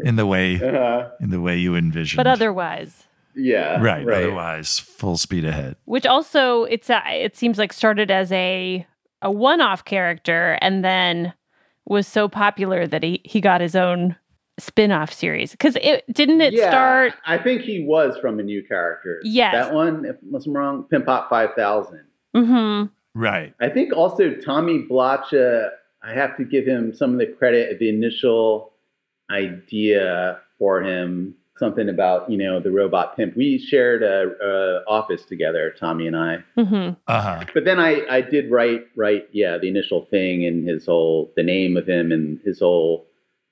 S2: in the way
S4: Uh,
S2: in the way you envisioned.
S1: But otherwise,
S4: yeah.
S2: right, Otherwise, full speed ahead.
S1: which also it's a, it seems like started as a a one-off character and then was so popular that he he got his own spin-off series cuz it didn't it start
S4: I think he was from a new character.
S1: Yes.
S4: That one, if unless I'm wrong, Pimpop 5000.
S1: Mhm.
S2: Right.
S4: I think also Tommy Blotcha, I have to give him some of the credit of the initial idea for him. Something about, you know, the robot pimp. We shared a, a office together, Tommy and I.
S1: Mhm.
S2: Uh-huh.
S4: But then I, I did write, write, yeah, the initial thing and his whole, the name of him and his whole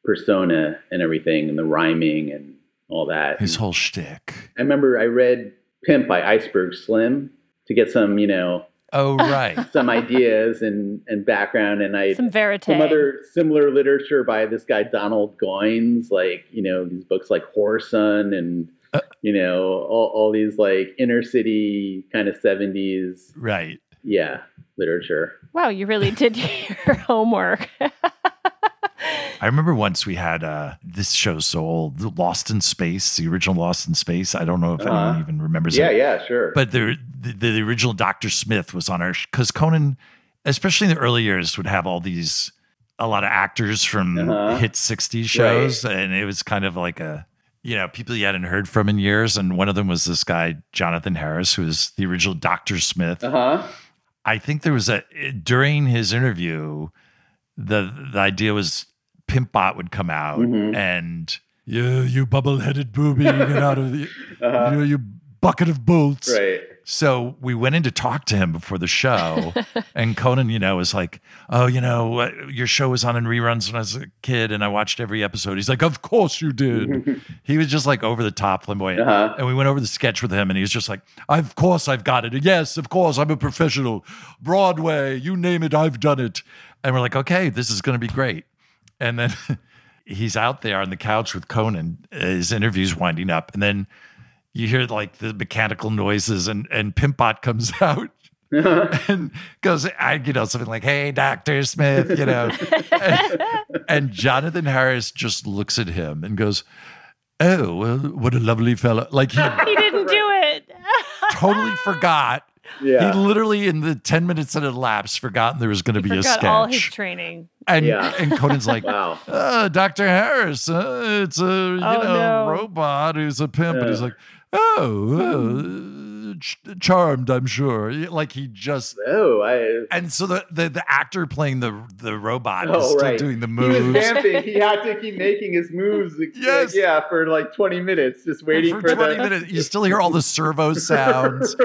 S4: persona and everything and the rhyming and all that.
S2: His
S4: And-
S2: whole shtick.
S4: I remember I read Pimp by Iceberg Slim to get some, you know,
S2: Oh, right.
S4: some ideas and and background, and I
S1: Some verite.
S4: some other similar literature by this guy Donald Goines, like you know these books like Whoreson and you know all, all these like inner city kind of seventies
S2: right.
S4: yeah literature.
S1: wow, you really did your homework.
S2: I remember once we had uh, this show so old, Lost in Space, the original Lost in Space. I don't know if anyone
S4: Uh-huh.
S2: even remembers
S4: Yeah,
S2: it.
S4: yeah, sure.
S2: But the, the the original Doctor Smith was on our because Conan, especially in the early years, would have all these a lot of actors from
S4: Uh-huh.
S2: hit '60s shows, and it was kind of like a you know people you hadn't heard from in years. And one of them was this guy Jonathan Harris, who was the original Doctor Smith.
S4: uh huh.
S2: I think there was a during his interview, the the idea was Pimpbot would come out
S4: Mhm.
S2: and you you bubble headed booby get out of the
S4: Uh-huh.
S2: you, you bucket of bolts.
S4: Right.
S2: So we went in to talk to him before the show, and Conan, you know, was like, "Oh, you know, uh, your show was on in reruns when I was a kid, and I watched every episode." He's like, "Of course you
S4: Mm-hmm.
S2: did." he was just like over the top flamboyant,
S4: Uh-huh.
S2: and we went over the sketch with him, and he was just like, "Of course I've got it. Yes, of course I'm a professional. Broadway, you name it, I've done it." And we're like, "Okay, this is going to be great." And then he's out there on the couch with Conan. uh, His interview's winding up, and then you hear like the mechanical noises and and Pimpot comes out and goes, I, you know, something like, hey, Dr. Smith, you know. and, and Jonathan Harris just looks at him and goes, oh, well, what a lovely fellow. Like he
S1: he didn't do it.
S2: totally forgot.
S4: Yeah.
S2: He literally, in the 10 minutes that had elapsed, forgotten there was going to be a
S3: Forgot
S2: sketch.
S3: all his training.
S2: and,
S4: Yeah.
S2: and Conan's like,
S4: Wow.
S2: uh, Dr. Harris, uh, it's a you
S3: Oh,
S2: know
S1: no.
S2: robot who's a pimp, and he's
S4: Yeah.
S2: like,
S3: Hmm.
S2: oh, uh, ch- charmed, I'm sure. Like he just.
S4: Oh, I.
S2: And so the, the, the actor playing the the robot
S4: Oh,
S2: is still
S4: right.
S2: doing the
S4: He was
S2: moves.
S4: vamping. He had to keep making his moves. like,
S2: Yes.
S4: Yeah, for like 20 minutes, just waiting
S2: for
S4: for,
S2: 20
S4: the-
S2: minutes, you still hear all the servo sounds.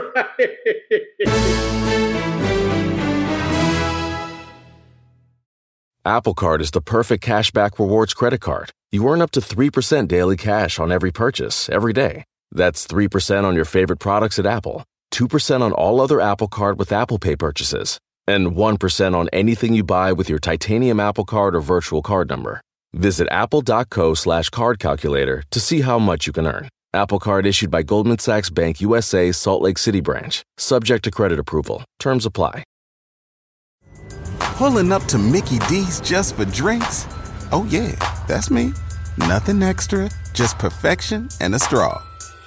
S5: Apple Card is the perfect cashback rewards credit card. You earn up to 3% daily cash on every purchase every day. That's 3% on your favorite products at Apple, 2% on all other Apple Card with Apple Pay purchases, and 1% on anything you buy with your titanium Apple Card or virtual card number. Visit apple.co slash card calculator to see how much you can earn. Apple Card issued by Goldman Sachs Bank USA, Salt Lake City branch, subject to credit approval. Terms apply.
S6: Pulling up to Mickey D's just for drinks? Oh, yeah, that's me. Nothing extra, just perfection and a straw.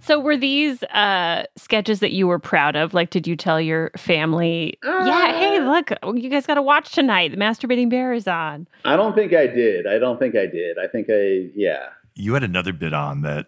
S1: So were these uh, sketches that you were proud of? Like, did you tell your family? yeah, hey, look, oh, you guys got to watch tonight. The masturbating bear is on.
S4: I don't think I did. I don't think I did. I think I, yeah.
S2: you had another bit on that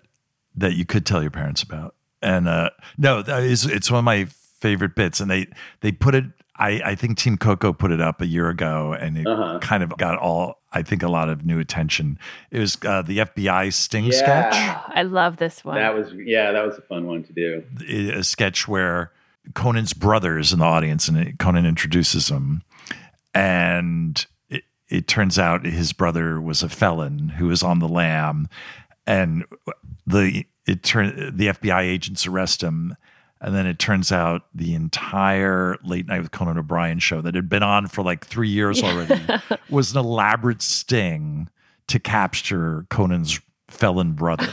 S2: that you could tell your parents about and uh no that is it's one of my favorite bits and they they put it i i think team coco put it up a year ago and it
S4: Uh-huh.
S2: kind of got all i think a lot of new attention it was uh, the fbi sting
S4: Yeah.
S2: sketch
S1: I love this one.
S4: That was, yeah, that was a fun one to do.
S2: I- a sketch where conan's brother is in the audience and it- conan introduces him and it, it turns out his brother was a felon who was on the lam and the it turn the FBI agents arrest him and then it turns out the entire late night with Conan O'Brien show that had been on for like 3 years already was an elaborate sting to capture Conan's felon brother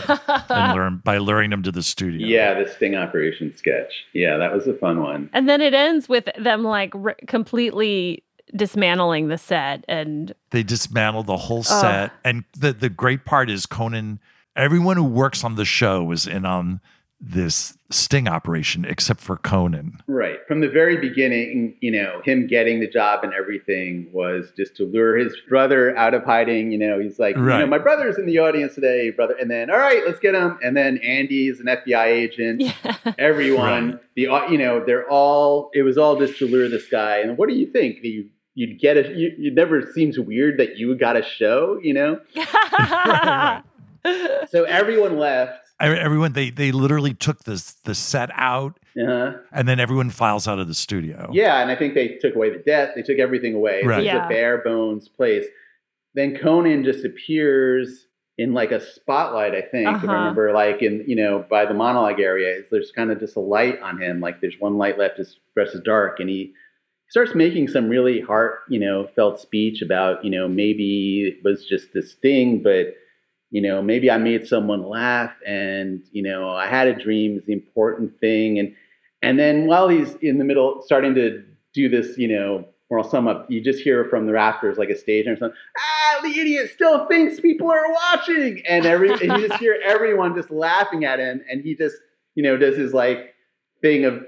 S2: and learn by luring him to the studio.
S4: Yeah, the sting operation sketch. Yeah, that was a fun one.
S1: and then it ends with them like r- completely dismantling the set and
S2: They dismantled the whole set. And the, the great part is Conan, everyone who works on the show was in on this sting operation except for Conan.
S4: Right. From the very beginning, you know, him getting the job and everything was just to lure his brother out of hiding. You know, he's like, you know,
S2: Right.
S4: my brother's in the audience today, brother. And then, all right, let's get him. And then Andy's an FBI agent. Everyone, the, au- you know, they're all, it was all just to lure this guy. And what do you think? Do you you'd get a you, it never seems weird that you got a show, you know?
S2: Right,
S4: So everyone left.
S2: I mean, everyone they they literally took this the set out
S4: Uh-huh.
S2: and then everyone files out of the studio.
S4: Yeah, and I think they took away the debt. They took everything away.
S2: Right.
S4: It was
S1: Yeah.
S4: a bare bones place. Then Conan just appears in like a spotlight. I think if
S1: Uh-huh.
S4: I remember, like in you know by the monologue area. There's kind of just a light on him. Like there's one light left. His dress is dark, and he starts making some really heart you know felt speech about you know maybe it was just this thing, but you know, maybe I made someone laugh and, you know, I had a dream is the important thing. And and then while he's in the middle starting to do this, you know, moral sum up, you just hear from the rafters like a stage or something, ah, the idiot still thinks people are watching. And every and you just hear everyone just laughing at him and he just, you know, does his like thing of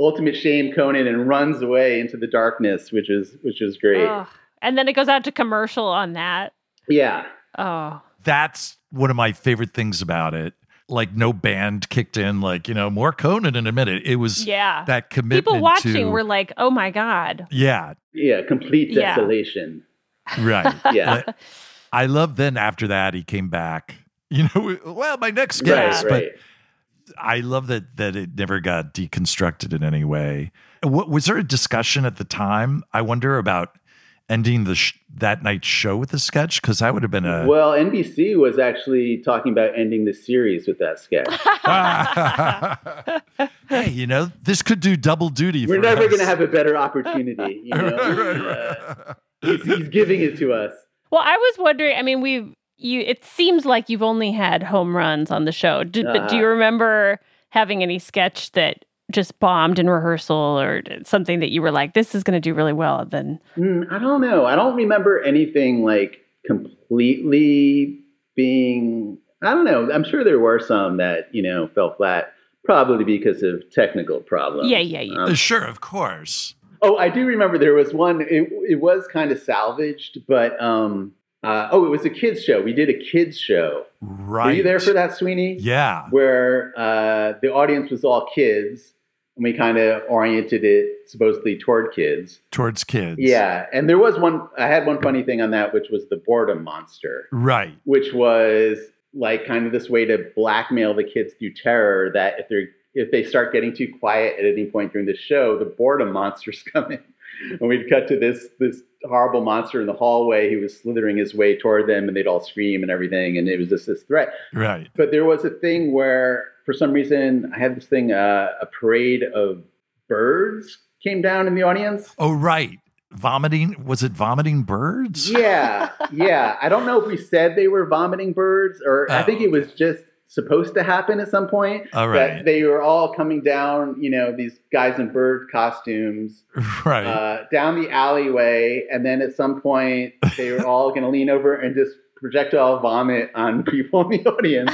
S4: ultimate shame Conan and runs away into the darkness, which is which is great.
S1: Ugh. And then it goes out to commercial on that.
S4: Yeah.
S1: Oh,
S2: That's one of my favorite things about it. Like no band kicked in, like, you know, more Conan in a minute. It was
S1: yeah.
S2: that commitment.
S1: People watching
S2: to,
S1: were like, oh my God.
S2: Yeah,
S4: Yeah. Complete
S1: Yeah.
S4: desolation.
S2: right.
S4: Yeah.
S2: Like, I love then after that he came back. You know, well, my next
S1: Yeah.
S2: guest,
S4: right,
S2: but
S4: right.
S2: I love that that it never got deconstructed in any way. What, was there a discussion at the time? I wonder about ending the sh- that night's show with a sketch because that would have been a
S4: Well, NBC was actually talking about ending the series with that sketch.
S2: hey, you know, this could do double duty.
S4: We're
S2: for
S4: never
S2: us.
S4: going to have a better opportunity. You know, Uh, he's, he's giving it to us.
S1: Well, I was wondering, I mean, we've, you, it seems like you've only had home runs on the show. Do, But do
S4: Uh-huh.
S1: you remember having any sketch that just bombed in rehearsal or something that you were like, this is going to do really well? Then,
S4: Hmm, I don't know. I don't remember anything like completely being. I don't know. I'm sure there were some that you know fell flat, probably because of technical problems.
S1: yeah, yeah, yeah.
S2: Uh, Sure, of course.
S4: Oh, I do remember there was one. It, it was kind of salvaged, but um, uh, oh, it was a kids show. We did a kids show.
S2: Right.
S4: Were you there for that, Sweeney?
S2: Yeah.
S4: where uh, the audience was all kids and we kind of oriented it supposedly toward kids.
S2: Towards kids.
S4: Yeah. And there was one, I had one funny thing on that, which was the boredom monster,
S2: Right.
S4: which was like kind of this way to blackmail the kids through terror that if they're if they start getting too quiet at any point during the show, the boredom monsters come in. And we'd cut to this this horrible monster in the hallway who was slithering his way toward them and they'd all scream and everything and it was just this threat.
S2: Right.
S4: But there was a thing where, for some reason, I had this thing uh, a parade of birds came down in the audience.
S2: Oh, right. Vomiting. Was it vomiting birds?
S4: Yeah, yeah. I don't know if we said they were vomiting birds, or I
S2: Oh,
S4: think it was just supposed to happen at some point.
S2: All
S4: That
S2: right.
S4: they were all coming down, you know, these guys in bird costumes
S2: right.
S4: uh, down the alleyway, and then at some point they were all going to lean over and just projectile vomit on people in the audience.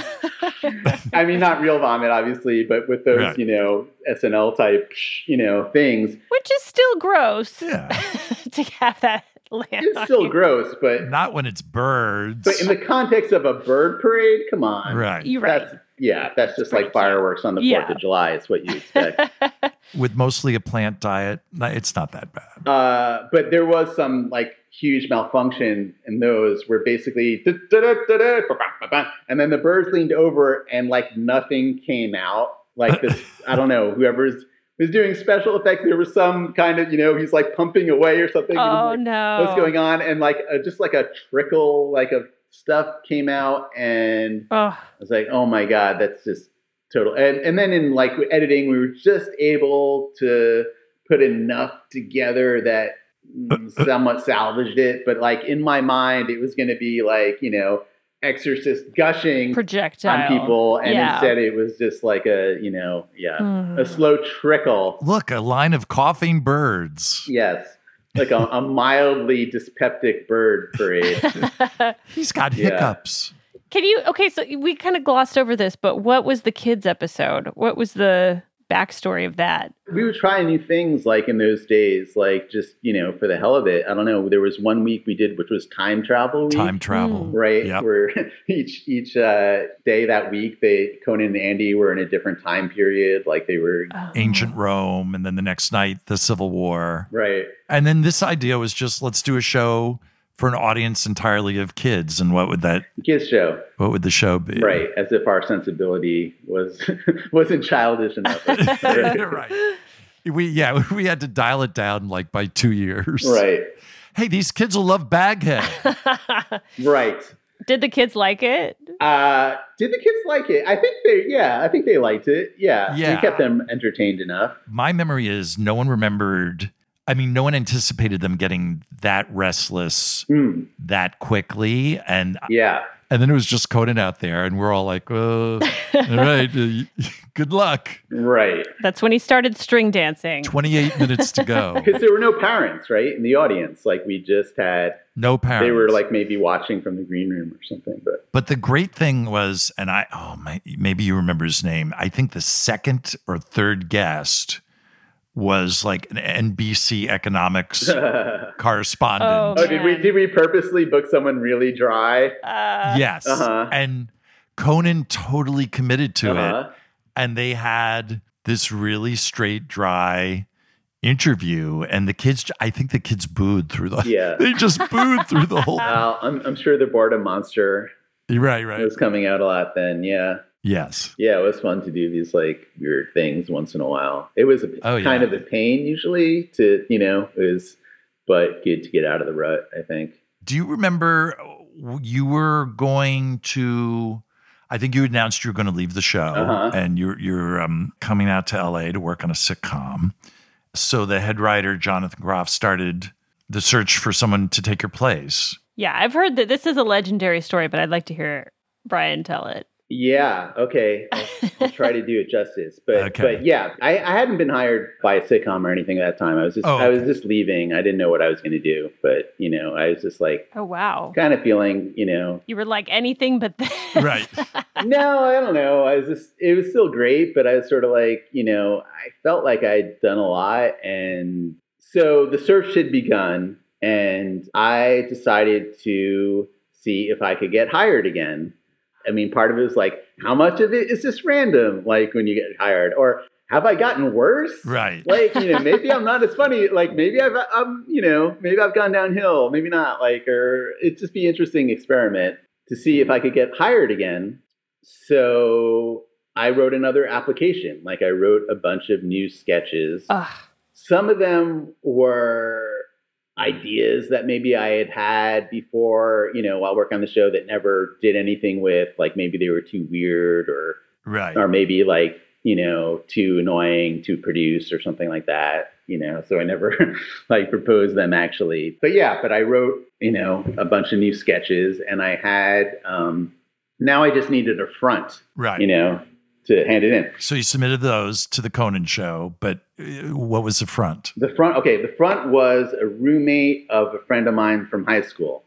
S4: I mean, not real vomit, obviously, but with those,
S2: Right.
S4: you know, SNL type, you know, things.
S1: Which is still gross
S2: yeah.
S1: to have that land.
S4: It's
S1: on
S4: still
S1: you.
S4: gross, but
S2: Not when it's birds.
S4: but in the context of a bird parade, come on,
S2: right.
S1: You're right.
S4: That's, yeah, that's just like fireworks on the
S1: Yeah.
S4: Fourth of July. Is what you expect.
S2: With mostly a plant diet, no, it's not that bad.
S4: Uh, but there was some like huge malfunction in those where basically "Da-da-da-da-da, ba-ba-ba-ba," and then the birds leaned over and like nothing came out like this i don't know whoever's was doing special effects there was some kind of you know he's like pumping away or something and
S1: oh
S4: I'm like,
S1: no!
S4: what's going on and like uh, just like a trickle like of stuff came out and
S1: Oh,
S4: I was like, oh my god, that's just total. And and then in like editing, we were just able to put enough together that mm, somewhat salvaged it. But like in my mind, it was going to be like you know, Exorcist gushing
S1: projectile
S4: on people, and
S1: Yeah.
S4: instead it was just like a you know, yeah,
S1: Mm.
S4: a slow trickle.
S2: Look, a line of coughing birds.
S4: Yes. Like a, a mildly dyspeptic bird parade.
S2: He's got
S4: Yeah.
S2: hiccups.
S1: Can you? Okay, so we kind of glossed over this, but what was the kids episode? What was the backstory of that?
S4: we would try new things like in those days, like just, you know, for the hell of it. I don't know. There was one week we did, which was time travel week.
S2: Time travel.
S4: Mm-hmm. Right.
S2: Yep.
S4: Where each, each uh, day that week, they, Conan and Andy were in a different time period. Like they were,
S2: Ancient Rome, and then the next night, the Civil War.
S4: right.
S2: And then this idea was just let's do a show for an audience entirely of kids. And what would that
S4: Kids show.
S2: what would the show be?
S4: Right. As if our sensibility was, wasn't childish enough. right.
S2: right. We yeah, we had to dial it down like by two years.
S4: Right.
S2: Hey, these kids will love Baghead.
S4: Right.
S1: Did the kids like it?
S4: Uh, did the kids like it? I think they, yeah, I think they liked it. Yeah.
S2: Yeah.
S4: We kept them entertained enough.
S2: My memory is no one remembered. I mean, no one anticipated them getting that restless
S4: Mm,
S2: that quickly, and
S4: yeah.
S2: and then it was just Conan out there, and we're all like, "Well, all right, uh, good luck."
S4: Right.
S1: That's when he started string dancing.
S2: Twenty eight minutes to go.
S4: because there were no parents right in the audience like we just had
S2: No parents.
S4: they were like maybe watching from the green room or something but
S2: But the great thing was, and I, oh, my, maybe you remember his name. I think the second or third guest was like an NBC economics correspondent.
S1: Oh,
S4: oh did we
S1: Man.
S4: did we purposely book someone really dry
S1: Uh,
S2: yes.
S4: Uh-huh.
S2: And Conan totally committed to
S4: Uh-huh.
S2: it. And they had this really straight, dry interview. And the kids, I think the kids booed through the,
S4: Yeah.
S2: they just booed through the whole,
S4: well, I'm, I'm sure the boredom monster
S2: right, right.
S4: was coming out a lot then yeah
S2: Yes.
S4: yeah it was fun to do these like weird things once in a while it was a,
S2: Oh,
S4: kind
S2: yeah.
S4: of a pain usually to you know it was but good to get out of the rut i think
S2: Do you remember you were going to? I think you announced you were going to leave the show,
S4: Uh-huh.
S2: and you're you're um, coming out to L.A. to work on a sitcom. So the head writer Jonathan Groff started the search for someone to take your place.
S1: Yeah, I've heard that this is a legendary story, but I'd like to hear Brian tell it.
S4: Yeah. Okay. I'll, I'll try to do it justice. But
S2: Okay.
S4: but yeah, I, I hadn't been hired by a sitcom or anything at that time. I was just
S2: Oh,
S4: I was
S2: okay.
S4: just leaving. I didn't know what I was going to do. But you know, I was just like
S1: Oh wow.
S4: kind of feeling. You know,
S1: You were like anything but this.
S2: Right.
S4: no, I don't know. I was just it was still great, but I was sort of like you know I felt like I'd done a lot, and so the search had begun, and I decided to see if I could get hired again. I mean, part of it was like, how much of it is just random? Like when you get hired, or have I gotten worse?
S2: right.
S4: Like you know, maybe I'm not as funny. Like maybe I've, I'm, you know, maybe I've gone downhill. Maybe not. Like, or it'd just be an interesting experiment to see if I could get hired again. So I wrote another application. Like I wrote a bunch of new sketches
S1: Ugh.
S4: some of them were ideas that maybe I had had before, you know, while working on the show that never did anything with, like maybe they were too weird or
S2: Right.
S4: or maybe like, you know, too annoying to produce or something like that, you know. So I never like proposed them actually. But yeah, but I wrote, you know, a bunch of new sketches and I had um now I just needed a front,
S2: Right.
S4: you know, to hand it in.
S2: So you submitted those to the Conan show, but uh, what was the front?
S4: The front, okay. The front was a roommate of a friend of mine from high school,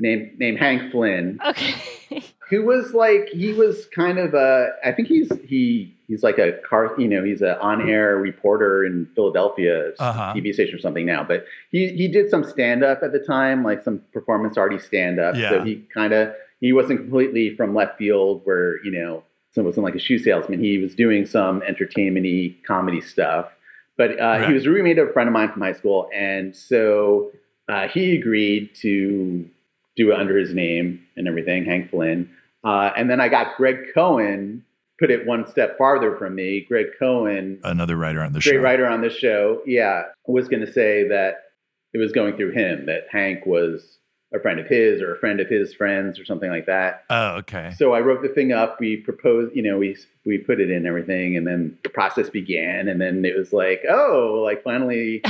S4: named named Hank Flynn,
S1: Okay.
S4: who was like he was kind of a. I think he's he he's like a car. You know, he's an on air reporter in Philadelphia
S2: Uh-huh.
S4: TV station or something now. But he he did some stand up at the time, like some performance arty stand up.
S2: Yeah.
S4: So he kind of he wasn't completely from left field, where you know, so it wasn't like a shoe salesman. He was doing some entertainment-y comedy stuff. But uh,
S2: Right.
S4: he was a roommate of a friend of mine from high school, and so uh, he agreed to do it under his name and everything, Hank Flynn. Uh, and then I got Greg Cohen, put it one step farther from me. Greg Cohen,
S2: Another writer on the
S4: great
S2: show.
S4: writer on this show, yeah, was going to say that it was going through him, that Hank was a friend of his or a friend of his friends or something like that.
S2: Oh, okay.
S4: So I wrote the thing up. We proposed, you know, we we put it in everything, and then the process began. And then it was like, oh, like finally,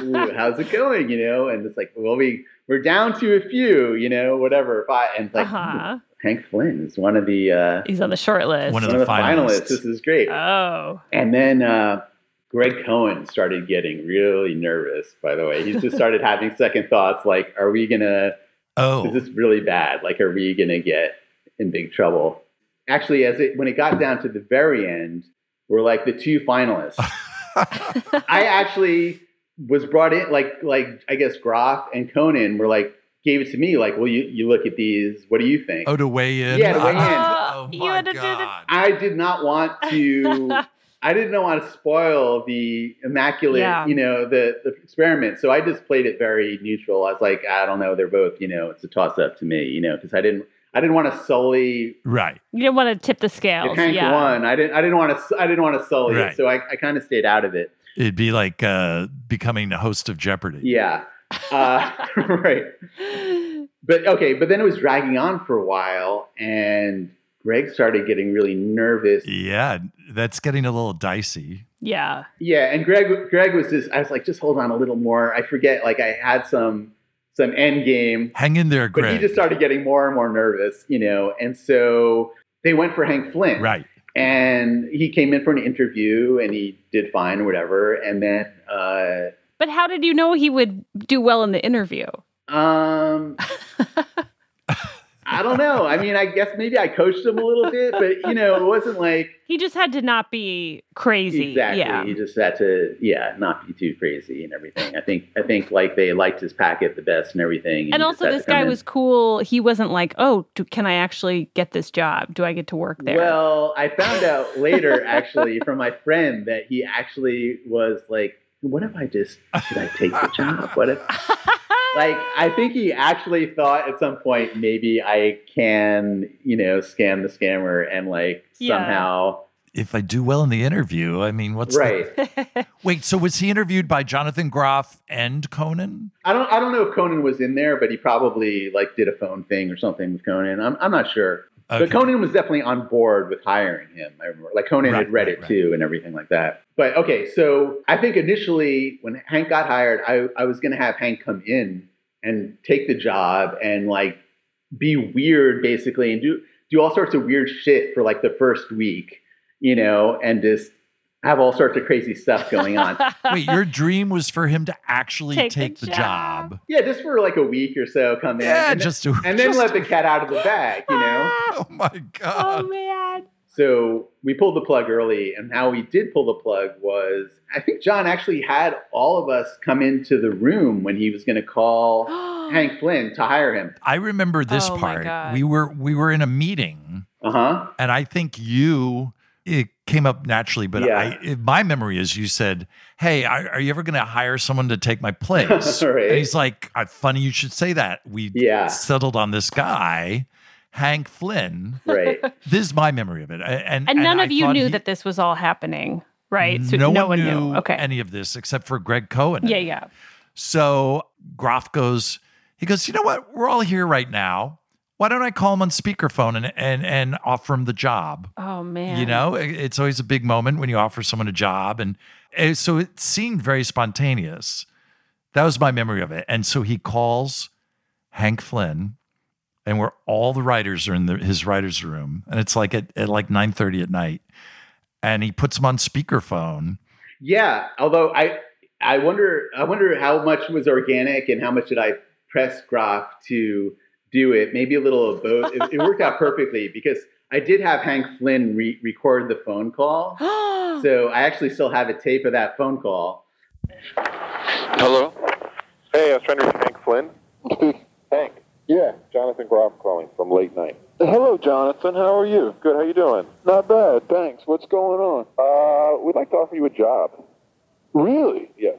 S4: ooh, how's it going? You know, and it's like, well, we we're down to a few, you know, whatever. But and it's like,
S1: Uh-huh.
S4: ooh, Hank Flynn is one of the uh,
S1: He's on the short list.
S2: One
S4: one
S2: of
S4: of
S2: the
S4: the finalists.
S2: finalists.
S4: This is great.
S1: oh.
S4: And then uh, Greg Cohen started getting really nervous. By the way, he just started having second thoughts, like, are we gonna?
S2: Oh,
S4: is this really bad? Like, are we going to get in big trouble? Actually, as it when it got down to the very end, were like the two finalists. I actually was brought in like like I guess Groff and Conan were like gave it to me like well you you look at these what do you think
S2: Oh, to weigh in.
S4: Yeah, to weigh in.
S2: Oh,
S1: Uh, You
S2: my
S1: had to do the-
S2: God.
S4: I did not want to. I didn't want to spoil the immaculate,
S1: Yeah.
S4: you know, the the experiment. So I just played it very neutral. I was like, I don't know, they're both, you know, it's a toss up to me, you know, because I didn't, I didn't want to sully
S2: Right.
S1: You didn't want to tip the
S4: the
S1: scales.
S4: tank
S1: yeah.
S4: one. I didn't, I didn't want to, I didn't want to sully
S2: Right.
S4: it. So I, I kind of stayed out of it.
S2: It'd be like uh, becoming the host of Jeopardy.
S4: Yeah. Uh, right. But okay, but then it was dragging on for a while, and Greg started getting really nervous
S2: Yeah, that's getting a little dicey.
S1: Yeah.
S4: Yeah, and Greg Greg was just I was like, just hold on a little more. I forget like I had some some end game.
S2: Hang in there,
S4: But
S2: Greg.
S4: he just started getting more and more nervous, you know, and so they went for Hank Flynn.
S2: right.
S4: And he came in for an interview and he did fine or whatever. And then uh
S1: But how did you know he would do well in the interview?
S4: um I don't know. I mean, I guess maybe I coached him a little bit, but you know, it wasn't like
S1: He just had to not be crazy.
S4: Exactly.
S1: Yeah.
S4: You just had to, yeah, not be too crazy and everything. I think, I think like they liked his packet the best and
S1: And
S4: everything. he just
S1: also,
S4: had to
S1: this
S4: come
S1: guy
S4: in.
S1: was cool. He wasn't like, oh, do, can I actually get this job? Do I get to work there?
S4: Well, I found out later, actually, from my friend that he actually was like, "What if I just should I take the job? What if?" Like, I think he actually thought at some point maybe I can, you know, scam the scammer and like
S1: Yeah.
S4: somehow,
S2: If I do well in the interview, I mean, what's the-
S4: right?
S2: wait, so was he interviewed by Jonathan Groff and Conan?
S4: I don't I don't know if Conan was in there, but he probably like did a phone thing or something with Conan. I'm I'm not sure.
S2: Okay.
S4: But Conan was definitely on board with hiring him. I remember like Conan
S2: Right,
S4: had read
S2: right,
S4: it
S2: right.
S4: too and everything like that. But okay, so I think initially when Hank got hired, I, I was gonna have Hank come in and take the job and like be weird basically and do do all sorts of weird shit for like the first week, you know, and just have all sorts of crazy stuff going on.
S2: Wait, your dream was for him to actually
S1: Take
S2: take,
S1: the
S2: the,
S1: job.
S2: job.
S4: yeah, just for like a week or so come in.
S2: Yeah,
S4: and then-
S2: just to
S4: and then
S2: just-
S4: let the cat out of the bag, you know?
S2: Oh my
S1: oh,
S2: god.
S1: man.
S4: So we pulled the plug early, and how we did pull the plug was I think John actually had all of us come into the room when he was going to call Hank Flynn to hire him.
S2: I remember this
S1: Oh my God.
S2: part. We were we were in a meeting
S4: Uh huh.
S2: and I think you it came up naturally, but
S4: Yeah.
S2: I it, my memory is you said, "Hey, are, are you ever going to hire someone to take my place?"
S4: Right.
S2: And he's like, "Uh, "Funny you should say that. We
S4: Yeah.
S2: settled on this guy, Hank Flynn.
S4: Right.
S2: This is my memory of it, A- and
S1: And none
S2: I
S1: of you
S2: thought
S1: knew
S2: he-
S1: that this was all happening, right?
S2: no, one knew,
S1: Okay.
S2: any of this except for Greg Cohen.
S1: yeah, yeah.
S2: So Groff goes, he goes, you know what? We're all here right now. Why don't I call him on speakerphone and and and offer him the job?
S1: Oh, man.
S2: You know, It- it's always a big moment when you offer someone a job, and, and so it seemed very spontaneous. That was my memory of it. And so he calls Hank Flynn, and where all the writers are in the, his writers' room, and it's like at, at like nine thirty at night, and he puts him on speakerphone.
S4: Yeah. Although I, I wonder, I wonder how much was organic and how much did I press Groff to do it. Maybe a little of both. It, it worked out perfectly because I did have Hank Flynn re- record the phone call. so I actually still have a tape of that phone call.
S7: Hello?
S8: Hey, I was trying to reach Hank Flynn. Hank,
S7: Yeah.
S8: Jonathan Groff calling from late night.
S7: Hello, Jonathan. How are you?
S8: Good, how you doing?
S7: Not bad, thanks. What's going on?
S8: Uh, we'd like to offer you a job.
S7: Really?
S8: Yeah.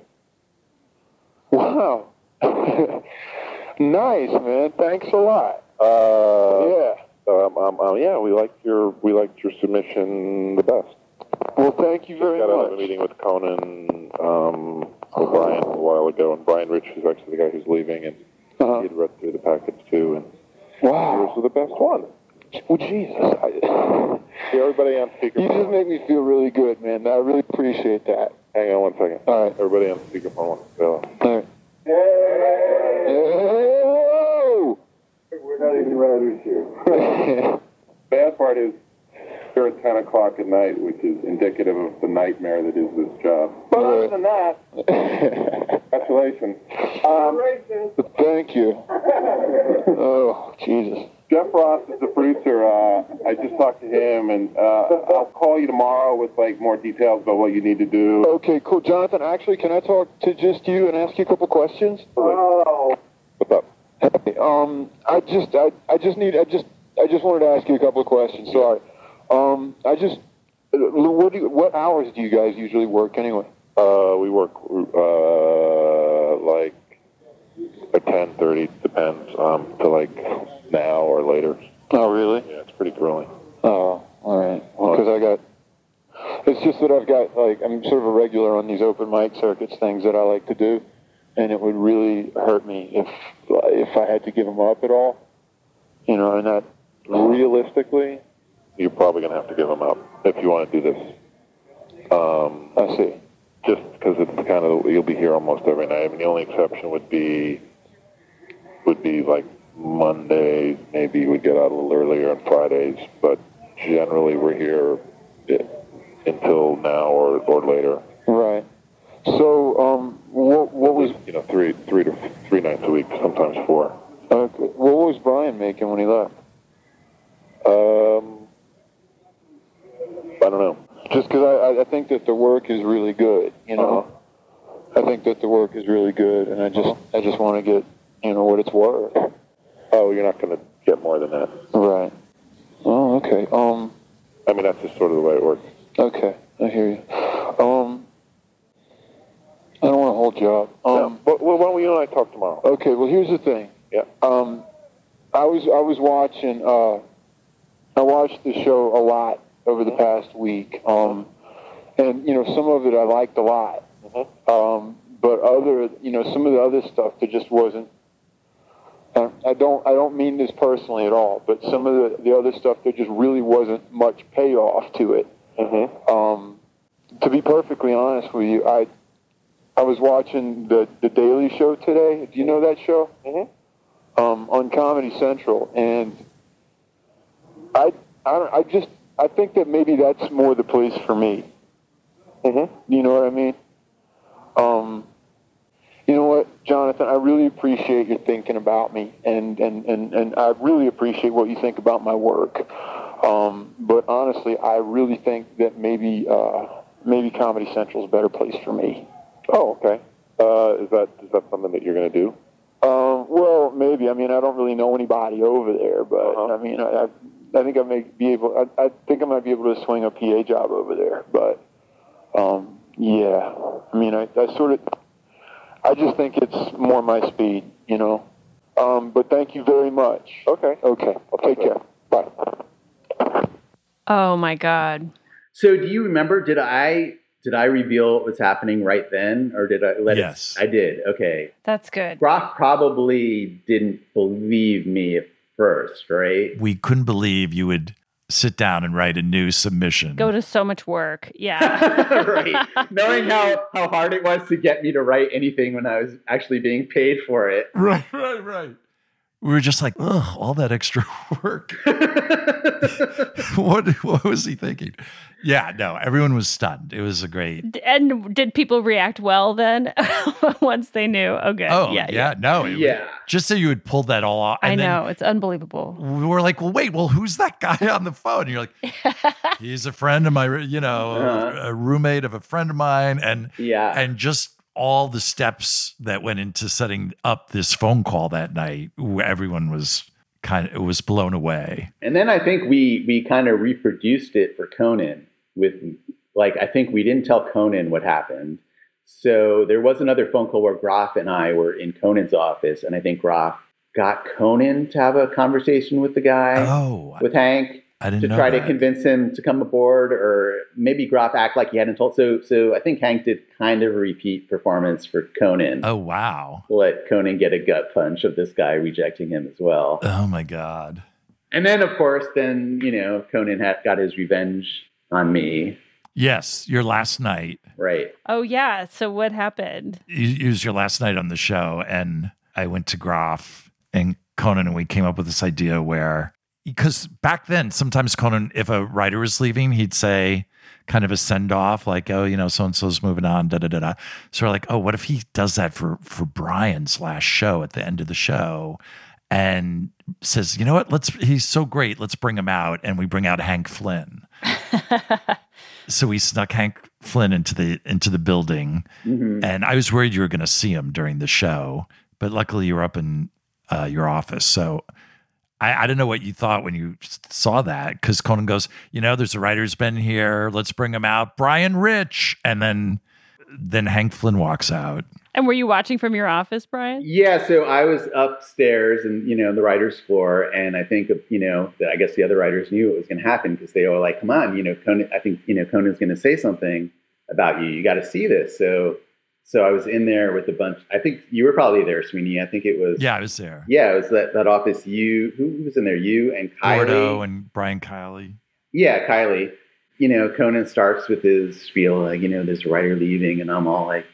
S7: Wow. nice, man. Thanks a lot.
S8: Uh,
S7: Yeah.
S8: Um, um, um, yeah, we liked your we liked your submission the best.
S7: Well, thank you very
S8: Got out of a
S7: much.
S8: meeting with Conan um, O'Brien a while ago, and Brian Rich is actually the guy who's leaving, and
S7: Uh-huh.
S8: he had read through the package too, and yours
S7: Wow.
S8: was the best one.
S7: Well, Jesus. I,
S8: See everybody on speaker.
S7: you just make me feel really good, man. I really appreciate that.
S8: Hang on one second.
S7: All right.
S8: Everybody on speakerphone. Uh,
S7: All right. Whoa!
S8: We're not even writers here. Bad part is they're at 10 o'clock at night, which is indicative of the nightmare that is this job. But
S7: other than
S8: that, congratulations. Um,
S7: Thank you. Oh, Jesus.
S8: Jeff Ross is the producer, uh, I just talked to him, and uh, I'll call you tomorrow with like more details about what you need to do.
S7: Okay, cool. Jonathan, actually, can I talk to just you and ask you a couple questions?
S8: Oh.
S7: What's up? Hey, um, I just, I, I just need, I just, I just wanted to ask you a couple of questions. Sorry. Um, I just, what, do you, what hours do you guys usually work anyway?
S8: Uh, we work uh, like at ten thirty, depends, um, to like now or later.
S7: Oh, really?
S8: Yeah, it's pretty grueling.
S7: Oh, all right. Because I got. It's just that I've got like I'm sort of a regular on these open mic circuits things that I like to do, and it would really hurt me if if I had to give them up at all. You know, and that realistically,
S8: You're probably gonna have to give them up if you want to do this. Um,
S7: I see.
S8: just because it's kind of you'll be here almost every night. I mean, the only exception would be would be like Mondays. Maybe we'd get out a little earlier on Fridays, but generally we're here i- until now or, or later.
S7: Right. So, um, what what was
S8: You know, three three to three nights a week, sometimes four.
S7: uh, what was Brian making when he left?
S8: Um, I don't know.
S7: Just because I I- I think that the work is really good. You know, I think that the work is really good, and I just I just want to get you know what it's worth.
S8: Oh, you're not going to get more than that.
S7: Right. Oh, okay. Um.
S8: I mean, that's just sort of the way it works.
S7: Okay, I hear you. Um, I don't want to hold you up.
S8: Um,
S7: Um,
S8: but, well, why don't you and I talk tomorrow?
S7: Okay, well here's the thing.
S8: Yeah.
S7: Um, I was I was watching. Uh, I watched the show a lot over the past week. Um, and you know some of it I liked a lot.
S8: Mm-hmm.
S7: Um, but other, you know, some of the other stuff that just wasn't. I I don't. I don't mean this personally at all, but some of the, the other stuff there just really wasn't much payoff to it.
S8: Mm-hmm.
S7: Um, to be perfectly honest with you, I I was watching the the Daily Show today. Do you know that show? Mm-hmm. Um, on Comedy Central, and I I, don't, I just I think that maybe that's more the place for me. Mm-hmm. You know what I mean? Um, you know what, Jonathan? I really appreciate you thinking about me, and and and and I really appreciate what you think about my work. Um, but honestly, I really think that maybe uh, maybe Comedy Central is a better place for me.
S8: Oh, okay. Uh, is that is that something that you're going to do?
S7: Um, well, maybe. I mean, I don't really know anybody over there, but
S8: Uh-huh.
S7: I mean, I, I, I think I may be able. I, I think I might be able to swing a PA job over there, but um, yeah. I mean, I, I sort of. I just think it's more my speed, you know. Um, but thank you very much.
S8: Okay.
S7: Okay. Take care. Bye.
S1: Oh my God.
S4: So do you remember? Did I did I reveal what was happening right then, or did I let it-
S2: Yes.
S4: I did. Okay.
S1: That's good.
S4: Brock probably didn't believe me at first, right?
S2: We couldn't believe you would sit down and write a new submission.
S1: Go to so much work. Yeah.
S4: right. Knowing how, how hard it was to get me to write anything when I was actually being paid for it.
S2: right, right, right. We were just like, ugh, all that extra work. what, what was he thinking? Yeah, no, everyone was stunned. It was a great.
S1: and did people react well then once they knew? Okay.
S2: Oh, yeah, no. it was-
S4: Yeah.
S2: just so you would pull that all off.
S1: I
S2: and then
S1: know. It's unbelievable.
S2: we were like, well, wait, well, who's that guy on the phone? And you're like, he's a friend of my, you know,
S4: Uh-huh.
S2: a roommate of a friend of mine. And,
S4: Yeah.
S2: and just all the steps that went into setting up this phone call that night, wh- everyone was kind of, it was blown away.
S4: And then I think we we kind of reproduced it for Conan with like I think we didn't tell Conan what happened. So there was another phone call where Groff and I were in Conan's office, and I think Groff got Conan to have a conversation with the guy
S2: Oh, I-
S4: with Hank
S2: I didn't
S4: to
S2: know
S4: try to
S2: that.
S4: convince him to come aboard, or maybe Groff act like he hadn't told. So so I think Hank did kind of a repeat performance for Conan.
S2: Oh, wow.
S4: Let Conan get a gut punch of this guy rejecting him as well.
S2: Oh, my God.
S4: And then, of course, then you know Conan had got his revenge on me,
S2: Yes, your last night.
S4: right?
S1: Oh, yeah. So what happened?
S2: It was your last night on the show, and I went to Groff and Conan, and we came up with this idea where, because back then, sometimes Conan, if a writer was leaving, he'd say kind of a send off, like, oh, you know, so and so's moving on, da da da da. So we're like, oh, what if he does that for for Brian's last show at the end of the show? and says, "You know what? Let's he's so great. Let's bring him out." And we bring out Hank Flynn. so we snuck Hank Flynn into the into the building,
S4: Mm-hmm.
S2: and I was worried you were going to see him during the show, but luckily you were up in uh, your office. So I, I don't know what you thought when you s- saw that because Conan goes, "You know, there's a writer who's been here. Let's bring him out, Brian Rich," and then then Hank Flynn walks out.
S1: And were you watching from your office, Brian?
S4: Yeah, so I was upstairs and you know the writers' floor, and I think you know that I guess the other writers knew it was going to happen because they were like, "Come on, you know, Conan, I think you know Conan's going to say something about you. You got to see this." So, so I was in there with a bunch. I think you were probably there, Sweeney. I think it was
S2: Yeah, I was there.
S4: yeah, it was that that office. You who was in there? You and Kylie.
S2: Gordo and Brian Kiley.
S4: Yeah, Kylie. You know, Conan starts with his spiel, like, you know, there's a writer leaving, and I'm all like,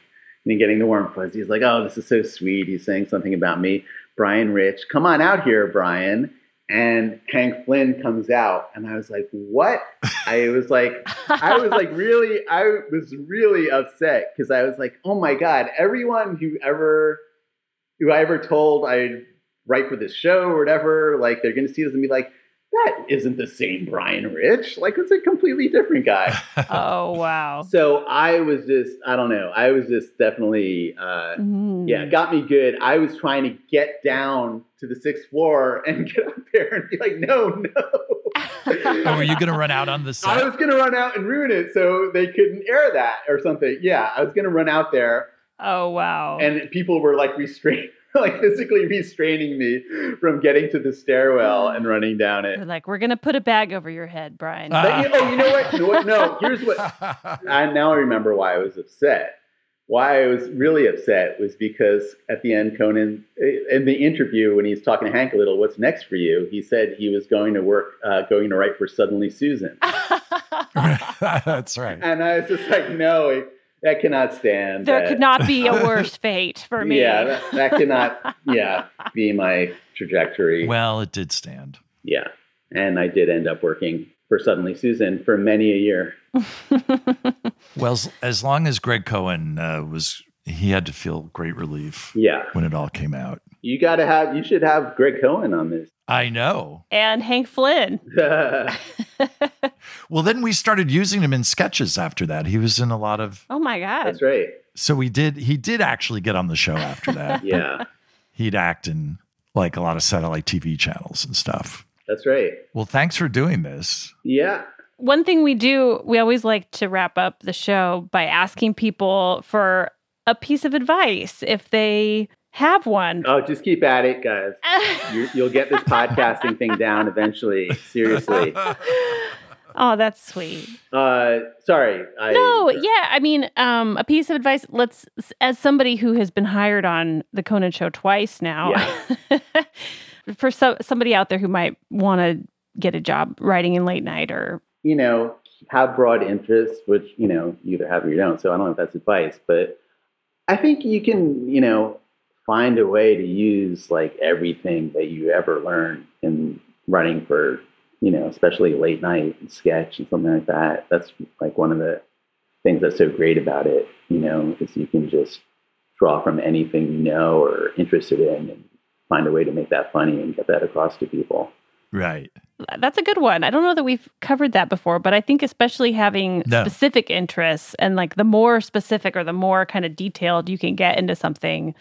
S4: you know, getting the warm fuzzies. He's like, oh, this is so sweet. He's saying something about me. Brian Rich, come on out here, Brian. And Hank Flynn comes out, and I was like, what? I was like, I was like, really, I was really upset because I was like, oh my God, everyone who ever, who I ever told I'd write for this show or whatever, like, they're going to see this and be like, that isn't the same Brian Rich. Like, it's a completely different guy.
S1: oh, wow.
S4: so I was just, I don't know. I was just definitely, uh,
S1: Mm.
S4: yeah, it got me good. I was trying to get down to the sixth floor and get up there and be like, no, no.
S2: Oh, are you going to run out on the
S4: I
S2: set?
S4: was going to run out and ruin it so they couldn't air that or something. Yeah, I was going to run out there
S1: Oh, wow.
S4: and people were like restrain, like physically restraining me from getting to the stairwell and running down it.
S1: They're like, we're going to put a bag over your head, Brian.
S2: Uh,
S4: But you- oh, you know what? You know what? No, here's what. I now I remember why I was upset. Why I was really upset was because at the end, Conan, in the interview when he's talking to Hank a little, "What's next for you?" He said he was going to work, uh, going to write for Suddenly Susan,
S2: That's right.
S4: and I was just like, "No, it, that cannot stand."
S1: there
S4: That-
S1: could not be a worse fate for me.
S4: Yeah, that, that cannot. yeah, be my trajectory.
S2: Well, it did stand.
S4: yeah, and I did end up working for Suddenly Susan for many a year.
S2: Well, as, as long as Greg Cohen uh, was, he had to feel great relief
S4: Yeah,
S2: when it all came out.
S4: you got to have. You should have Greg Cohen on this.
S2: I know.
S1: and Hank Flynn.
S4: oh
S2: Well, then we started using him in sketches after that. He was in a lot of.
S1: Oh my God.
S4: That's right.
S2: So we did. He did actually get on the show after that.
S4: Yeah,
S2: He'd act in like a lot of satellite TV channels and stuff.
S4: that's right.
S2: Well, thanks for doing this.
S4: Yeah.
S1: One thing we do, we always like to wrap up the show by asking people for a piece of advice if they have one.
S4: Oh, just keep at it, guys. Uh, You, you'll get this podcasting thing down eventually. Seriously.
S1: oh, that's sweet.
S4: Uh, sorry. I,
S1: No, yeah. I mean, um, a piece of advice. Let's, as somebody who has been hired on the Conan show twice now, for so, somebody out there who might want to get a job writing in late night or
S4: You know, have broad interests, which you know you either have or you don't. So I don't know if that's advice, but I think you can, you know, find a way to use like everything that you ever learn in running for, you know, especially late night and sketch and something like that. That's like one of the things that's so great about it, you know, is you can just draw from anything you know or interested in and find a way to make that funny and get that across to people.
S2: Right.
S1: that's a good one. I don't know that we've covered that before, but I think especially having
S2: No.
S1: specific interests and like the more specific or the more kind of detailed you can get into something,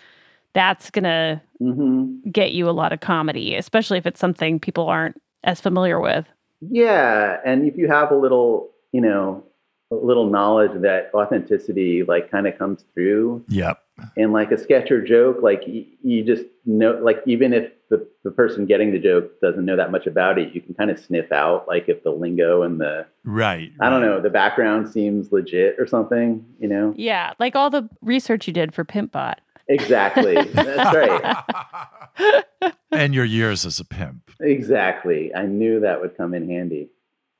S1: that's going to
S4: Mm-hmm.
S1: get you a lot of comedy, especially if it's something people aren't as familiar with.
S4: Yeah, and if you have a little, you know, a little knowledge that authenticity like kind of comes through
S2: Yep.
S4: in like a sketch or joke, like y- you just know, like even if the, the person getting the joke doesn't know that much about it, you can kind of sniff out like if the lingo and the
S2: Right.
S4: I don't
S2: right.
S4: know the background seems legit or something, you know?
S1: Yeah, like all the research you did for Pimpbot.
S4: Exactly, that's right,
S2: and your years as a pimp.
S4: exactly. I knew that would come in handy.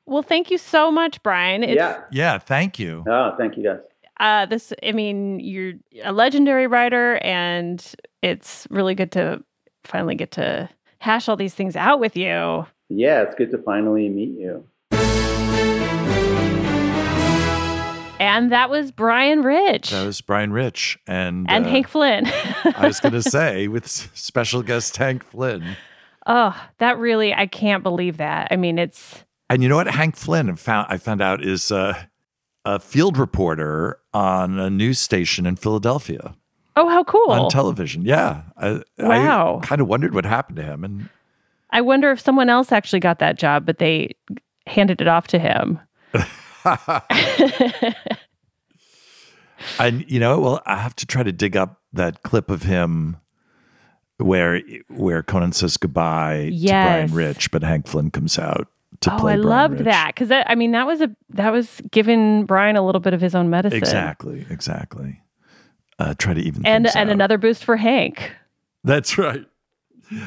S1: Well, thank you so much, Brian. It's,
S4: yeah.
S2: Yeah, thank you.
S4: Oh, thank you guys.
S1: Uh, this, I mean, you're a legendary writer, and it's really good to finally get to hash all these things out with you.
S4: Yeah, it's good to finally meet you.
S1: And that was Brian Rich
S2: That was Brian Rich and
S1: and
S2: uh,
S1: Hank Flynn.
S2: I was going to say with s- special guest Hank Flynn.
S1: oh, that really, I can't believe that. I mean, it's
S2: And you know what? Hank Flynn found I found out is uh, a field reporter on a news station in Philadelphia
S1: oh, how cool.
S2: on television. Yeah, I,
S1: Wow.
S2: I kind of wondered what happened to him, and
S1: I wonder if someone else actually got that job, but they handed it off to him.
S2: and you know, well, I have to try to dig up that clip of him where where Conan says goodbye
S1: Yes.
S2: to Brian Rich, but Hank Flynn comes out to
S1: Oh,
S2: play.
S1: I
S2: Brian
S1: loved
S2: Rich.
S1: that because I mean that was a that was giving Brian a little bit of his own medicine.
S2: Exactly, exactly. Uh, try to even
S1: And
S2: things
S1: and
S2: out.
S1: another boost for Hank,
S2: That's right.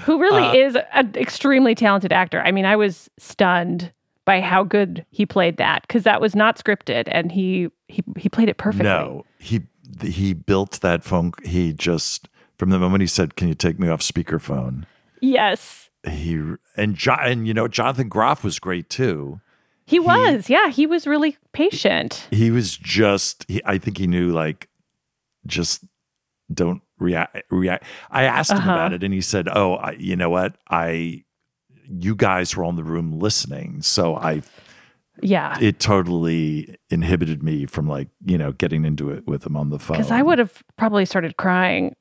S1: who really
S2: Uh,
S1: is an extremely talented actor. I mean, I was stunned by how good he played that because that was not scripted, and he he he played it perfectly.
S2: No, he he built that phone. He just from the moment he said, "Can you take me off speakerphone?"
S1: Yes,
S2: He and jo- and you know Jonathan Groff was great too.
S1: he was. yeah, he was really patient.
S2: He was just. He, I think he knew like just don't react. React. I asked him
S1: Uh-huh.
S2: about it, and he said, "Oh, I, you know what? I you guys were on the room listening, so I
S1: Yeah,
S2: it totally inhibited me from like you know getting into it with him on the phone
S1: because I would have probably started crying.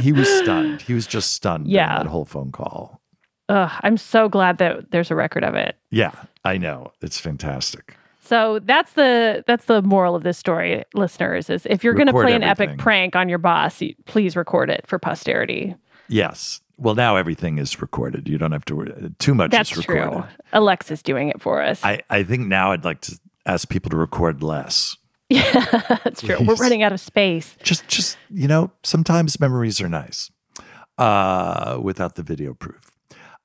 S2: he was stunned. He was just stunned. during
S1: Yeah.
S2: that whole phone call.
S1: Ugh, I'm so glad that there's a record of it.
S2: Yeah, I know. It's fantastic.
S1: So that's the that's the moral of this story, listeners. Is if you're going to
S2: Record
S1: play an
S2: everything.
S1: epic prank on your boss, you- please record it for posterity.
S2: Yes. Well, now everything is recorded. You don't have to worry. Too much
S1: That's
S2: is recorded.
S1: true. Alexa's doing it for us.
S2: I, I think now I'd like to ask people to record less.
S1: yeah, that's true. We're
S2: Please.
S1: running out of space.
S2: Just, just you know, sometimes memories are nice uh, without the video proof.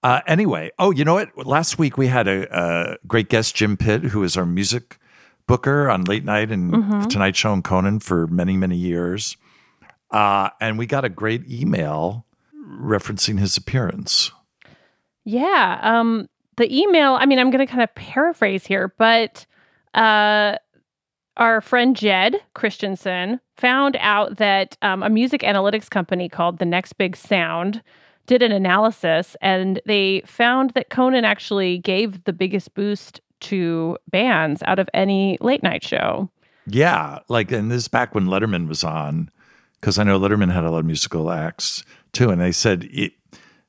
S2: Uh, anyway, oh, you know what? Last week we had a, a great guest, Jim Pitt, who is our music booker on Late Night and Tonight Show and Conan for many, many years. Uh, and we got a great email referencing his appearance.
S1: Yeah. Um. The email. I mean, I'm going to kind of paraphrase here, but uh, our friend Jed Christensen found out that um, a music analytics company called The Next Big Sound did an analysis and they found that Conan actually gave the biggest boost to bands out of any late night show.
S2: Yeah, like, and this is back when Letterman was on, because I know Letterman had a lot of musical acts too, and they said it,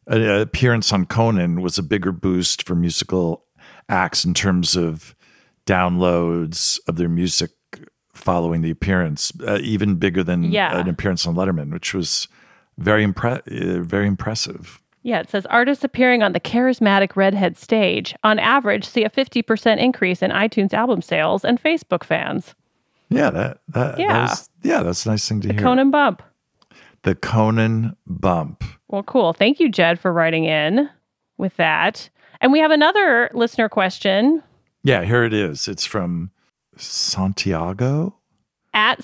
S2: an uh, appearance on Conan was a bigger boost for musical acts in terms of downloads of their music following the appearance, uh, even bigger than
S1: Yeah.
S2: an appearance on Letterman, which was very impre- uh, very impressive.
S1: Yeah, it says artists appearing on the charismatic redhead stage on average see a 50% increase in iTunes album sales and Facebook fans.
S2: Yeah, that, that that
S1: Yeah.
S2: was- yeah, that's a nice thing to hear.
S1: Conan Bump.
S2: the Conan bump.
S1: Well, cool. Thank you, Jed, for writing in with that. And we have another listener question
S2: Yeah, here it is. It's from Santiago.
S1: at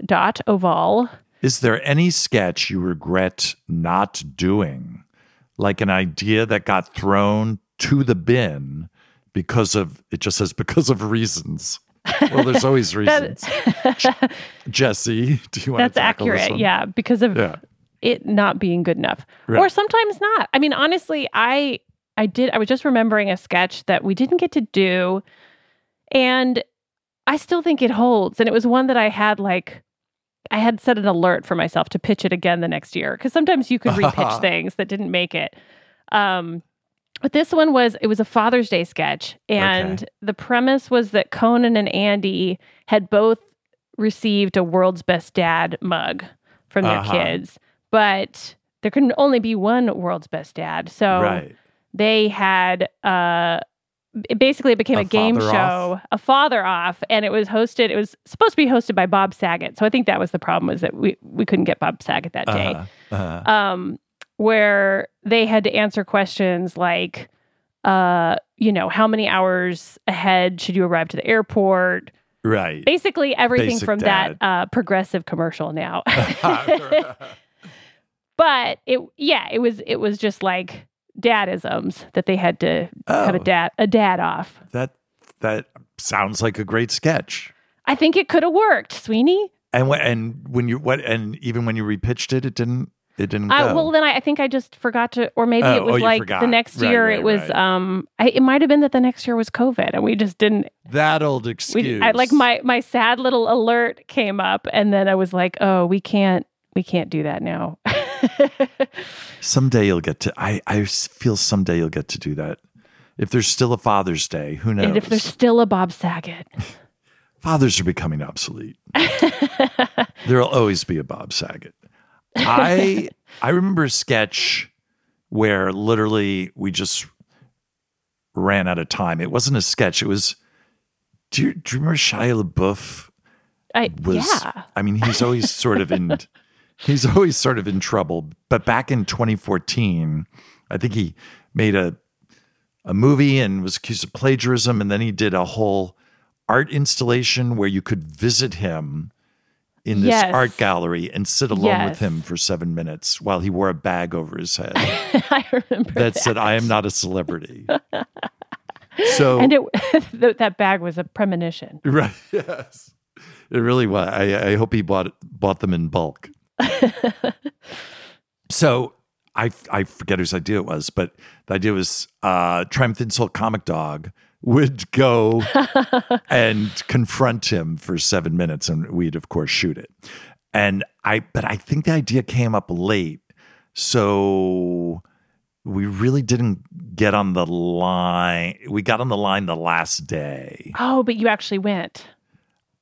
S1: santiago.oval.
S2: Is there any sketch you regret not doing? Like an idea that got thrown to the bin because of, it just says because of reasons. Well, there's always reasons. Jesse, do you want
S1: That's
S2: to tackle this
S1: accurate.
S2: one?
S1: Yeah, because of
S2: Yeah.
S1: it not being good enough.
S2: Right.
S1: Or sometimes not. I mean, honestly, I I did I was just remembering a sketch that we didn't get to do and I still think it holds and it was one that I had like I had set an alert for myself to pitch it again the next year cuz sometimes you could repitch things that didn't make it. Um but this one was it was a Father's Day sketch and
S2: Okay.
S1: the premise was that Conan and Andy had both received a world's best dad mug from their
S2: Uh-huh.
S1: kids, but there can only be one world's best dad. So
S2: Right.
S1: they had uh it basically became
S2: A
S1: a, game show,
S2: father off?
S1: a father off, and it was hosted it was supposed to be hosted by Bob Saget. So I think that was the problem was that we we couldn't get Bob Saget that day
S2: Uh-huh. Uh-huh.
S1: um, where they had to answer questions like, uh, you know, how many hours ahead should you arrive to the airport?
S2: Right.
S1: Basically, everything
S2: Basic
S1: from
S2: dad.
S1: that uh, progressive commercial now. but it, yeah, it was it was just like dadisms that they had to have
S2: Oh.
S1: a dad a dad off.
S2: that that sounds like a great sketch.
S1: I think it could have worked, Sweeney.
S2: And when and when you what and even when you repitched it, it didn't it didn't
S1: I,
S2: go.
S1: well, then I, I think I just forgot to, or maybe
S2: Oh,
S1: it
S2: oh,
S1: was
S2: you
S1: like
S2: forgot.
S1: the next
S2: Right,
S1: year.
S2: right,
S1: it was,
S2: right.
S1: um, I, it might have been that the next year was COVID, and we just didn't.
S2: that old
S1: We
S2: excuse.
S1: I, like my my sad little alert came up, and then I was like, oh, we can't we can't do that now.
S2: someday you'll get to. I I s- feel someday you'll get to do that. If there's still a Father's Day, who knows?
S1: and if there's still a Bob Saget,
S2: Fathers are becoming obsolete. There'll always be a Bob Saget. I I remember a sketch where literally we just ran out of time. It wasn't a sketch. It was. Do you, do you remember Shia LaBeouf?
S1: I
S2: was
S1: yeah,
S2: I mean, he's always sort of in he's always sort of in trouble. But back in 2014, I think he made a a movie and was accused of plagiarism and then he did a whole art installation where you could visit him in this
S1: Yes.
S2: art gallery and sit alone
S1: Yes.
S2: with him for 7 minutes while he wore a bag over his head
S1: I remember
S2: that said I am not a celebrity. So
S1: And it th- that bag was a premonition.
S2: Right. Yes. It really was. I, I hope he bought bought them in bulk. so I I forget whose idea it was, but the idea was uh, Triumph Insult Comic Dog would go and confront him for seven minutes, and we'd of course shoot it. And I, but I think the idea came up late, so we really didn't get on the line. We got on the line the last day.
S1: Oh, but you actually went.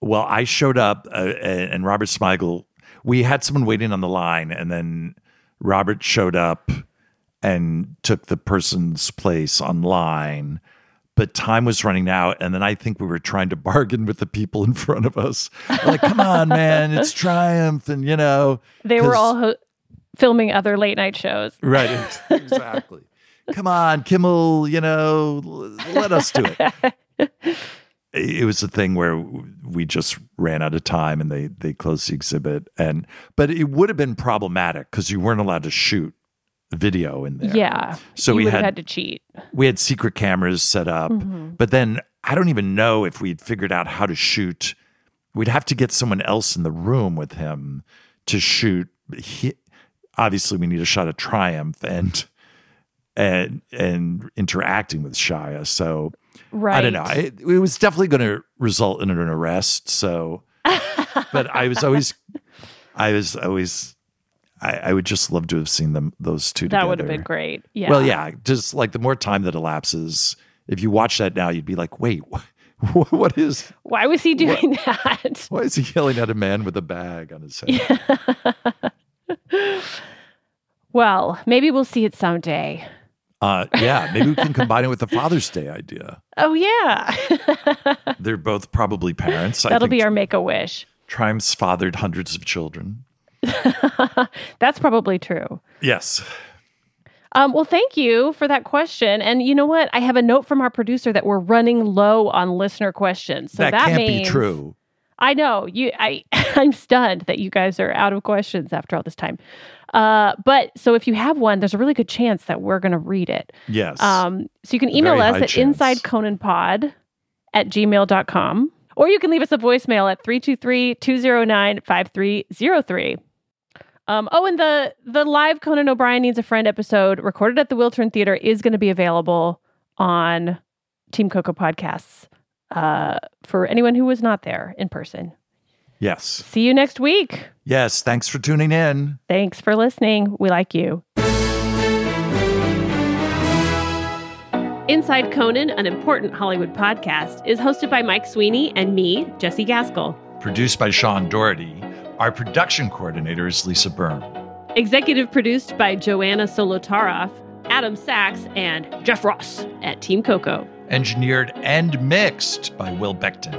S2: Well, I showed up uh, and Robert Smigel, we had someone waiting on the line, and then Robert showed up and took the person's place online. But time was running out. And then I think we were trying to bargain with the people in front of us. We're like, come on, man, it's triumph. And, you know,
S1: They were
S2: 'cause-
S1: all ho- filming other late night shows.
S2: Right. ex- Exactly. Come on, Kimmel, you know, l- let us do it. I- It was a thing where w- we just ran out of time and they they closed the exhibit and but it would have been problematic cuz you weren't allowed to shoot video in there.
S1: Yeah.
S2: So
S1: you
S2: we
S1: would
S2: had,
S1: have had to cheat.
S2: we had secret cameras set up,
S1: Mm-hmm.
S2: but then I don't even know if we'd figured out how to shoot. We'd have to get someone else in the room with him to shoot. He, obviously, we need a shot of Triumph and and and interacting with Shia. So
S1: Right.
S2: I don't know. It, it was definitely going to result in an arrest. So, but I was always, I was always, I, I would just love to have seen them those two.
S1: that would have
S2: together.
S1: been great. Yeah.
S2: Well, yeah, just like the more time that elapses, if you watch that now, you'd be like, wait, what, what is,
S1: Why was he doing that?
S2: why is he yelling at a man with a bag on his head?
S1: Well, maybe we'll see it someday.
S2: Uh, yeah, maybe we can combine it with the Father's Day idea.
S1: Oh yeah.
S2: They're both probably parents. I
S1: That'll
S2: think
S1: be our make a wish.
S2: Triumph's fathered hundreds of children.
S1: That's probably true.
S2: Yes.
S1: Um, well, thank you for that question. And you know what? I have a note from our producer that we're running low on listener questions. So that,
S2: that, can't
S1: means
S2: be true.
S1: I know you. I I'm stunned that you guys are out of questions after all this time. Uh, but so if you have one, there's a really good chance that we're going to read it.
S2: Yes.
S1: Um, so you can
S2: Very
S1: email
S2: high
S1: us at
S2: chance.
S1: insideconanpod at gmail.com or you can leave us a voicemail at 323-209-5303. Um, oh, and the the live Conan O'Brien Needs a Friend episode recorded at the Wiltern Theater is going to be available on Team Coco Podcasts uh, for anyone who was not there in person.
S2: yes.
S1: See you next week.
S2: Yes. Thanks for tuning in.
S1: Thanks for listening. We like you.
S3: Inside Conan, an important Hollywood podcast, is hosted by Mike Sweeney and me, Jesse Gaskell.
S2: Produced by Sean Doherty. Our production coordinator is Lisa Byrne.
S3: Executive produced by Joanna Solotaroff, Adam Sachs, and Jeff Ross at Team Coco.
S2: Engineered and mixed by Will Beckton.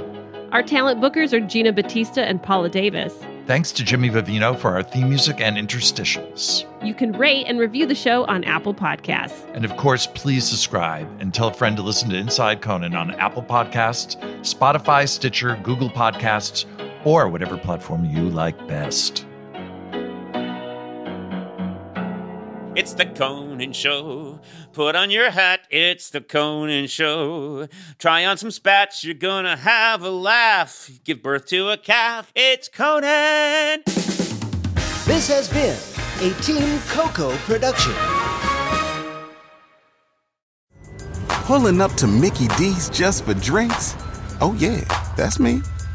S3: Our talent bookers are Gina Batista and Paula Davis.
S2: Thanks to Jimmy Vivino for our theme music and interstitials.
S3: You can rate and review the show on Apple Podcasts.
S2: And of course, please subscribe and tell a friend to listen to Inside Conan on Apple Podcasts, Spotify, Stitcher, Google Podcasts, or whatever platform you like best.
S4: It's the Conan Show. Put on your hat. It's the Conan Show. Try on some spats. You're gonna have a laugh. Give birth to a calf. It's Conan.
S9: This has been a Team Coco production.
S6: Pulling up to Mickey D's just for drinks? Oh, yeah, that's me.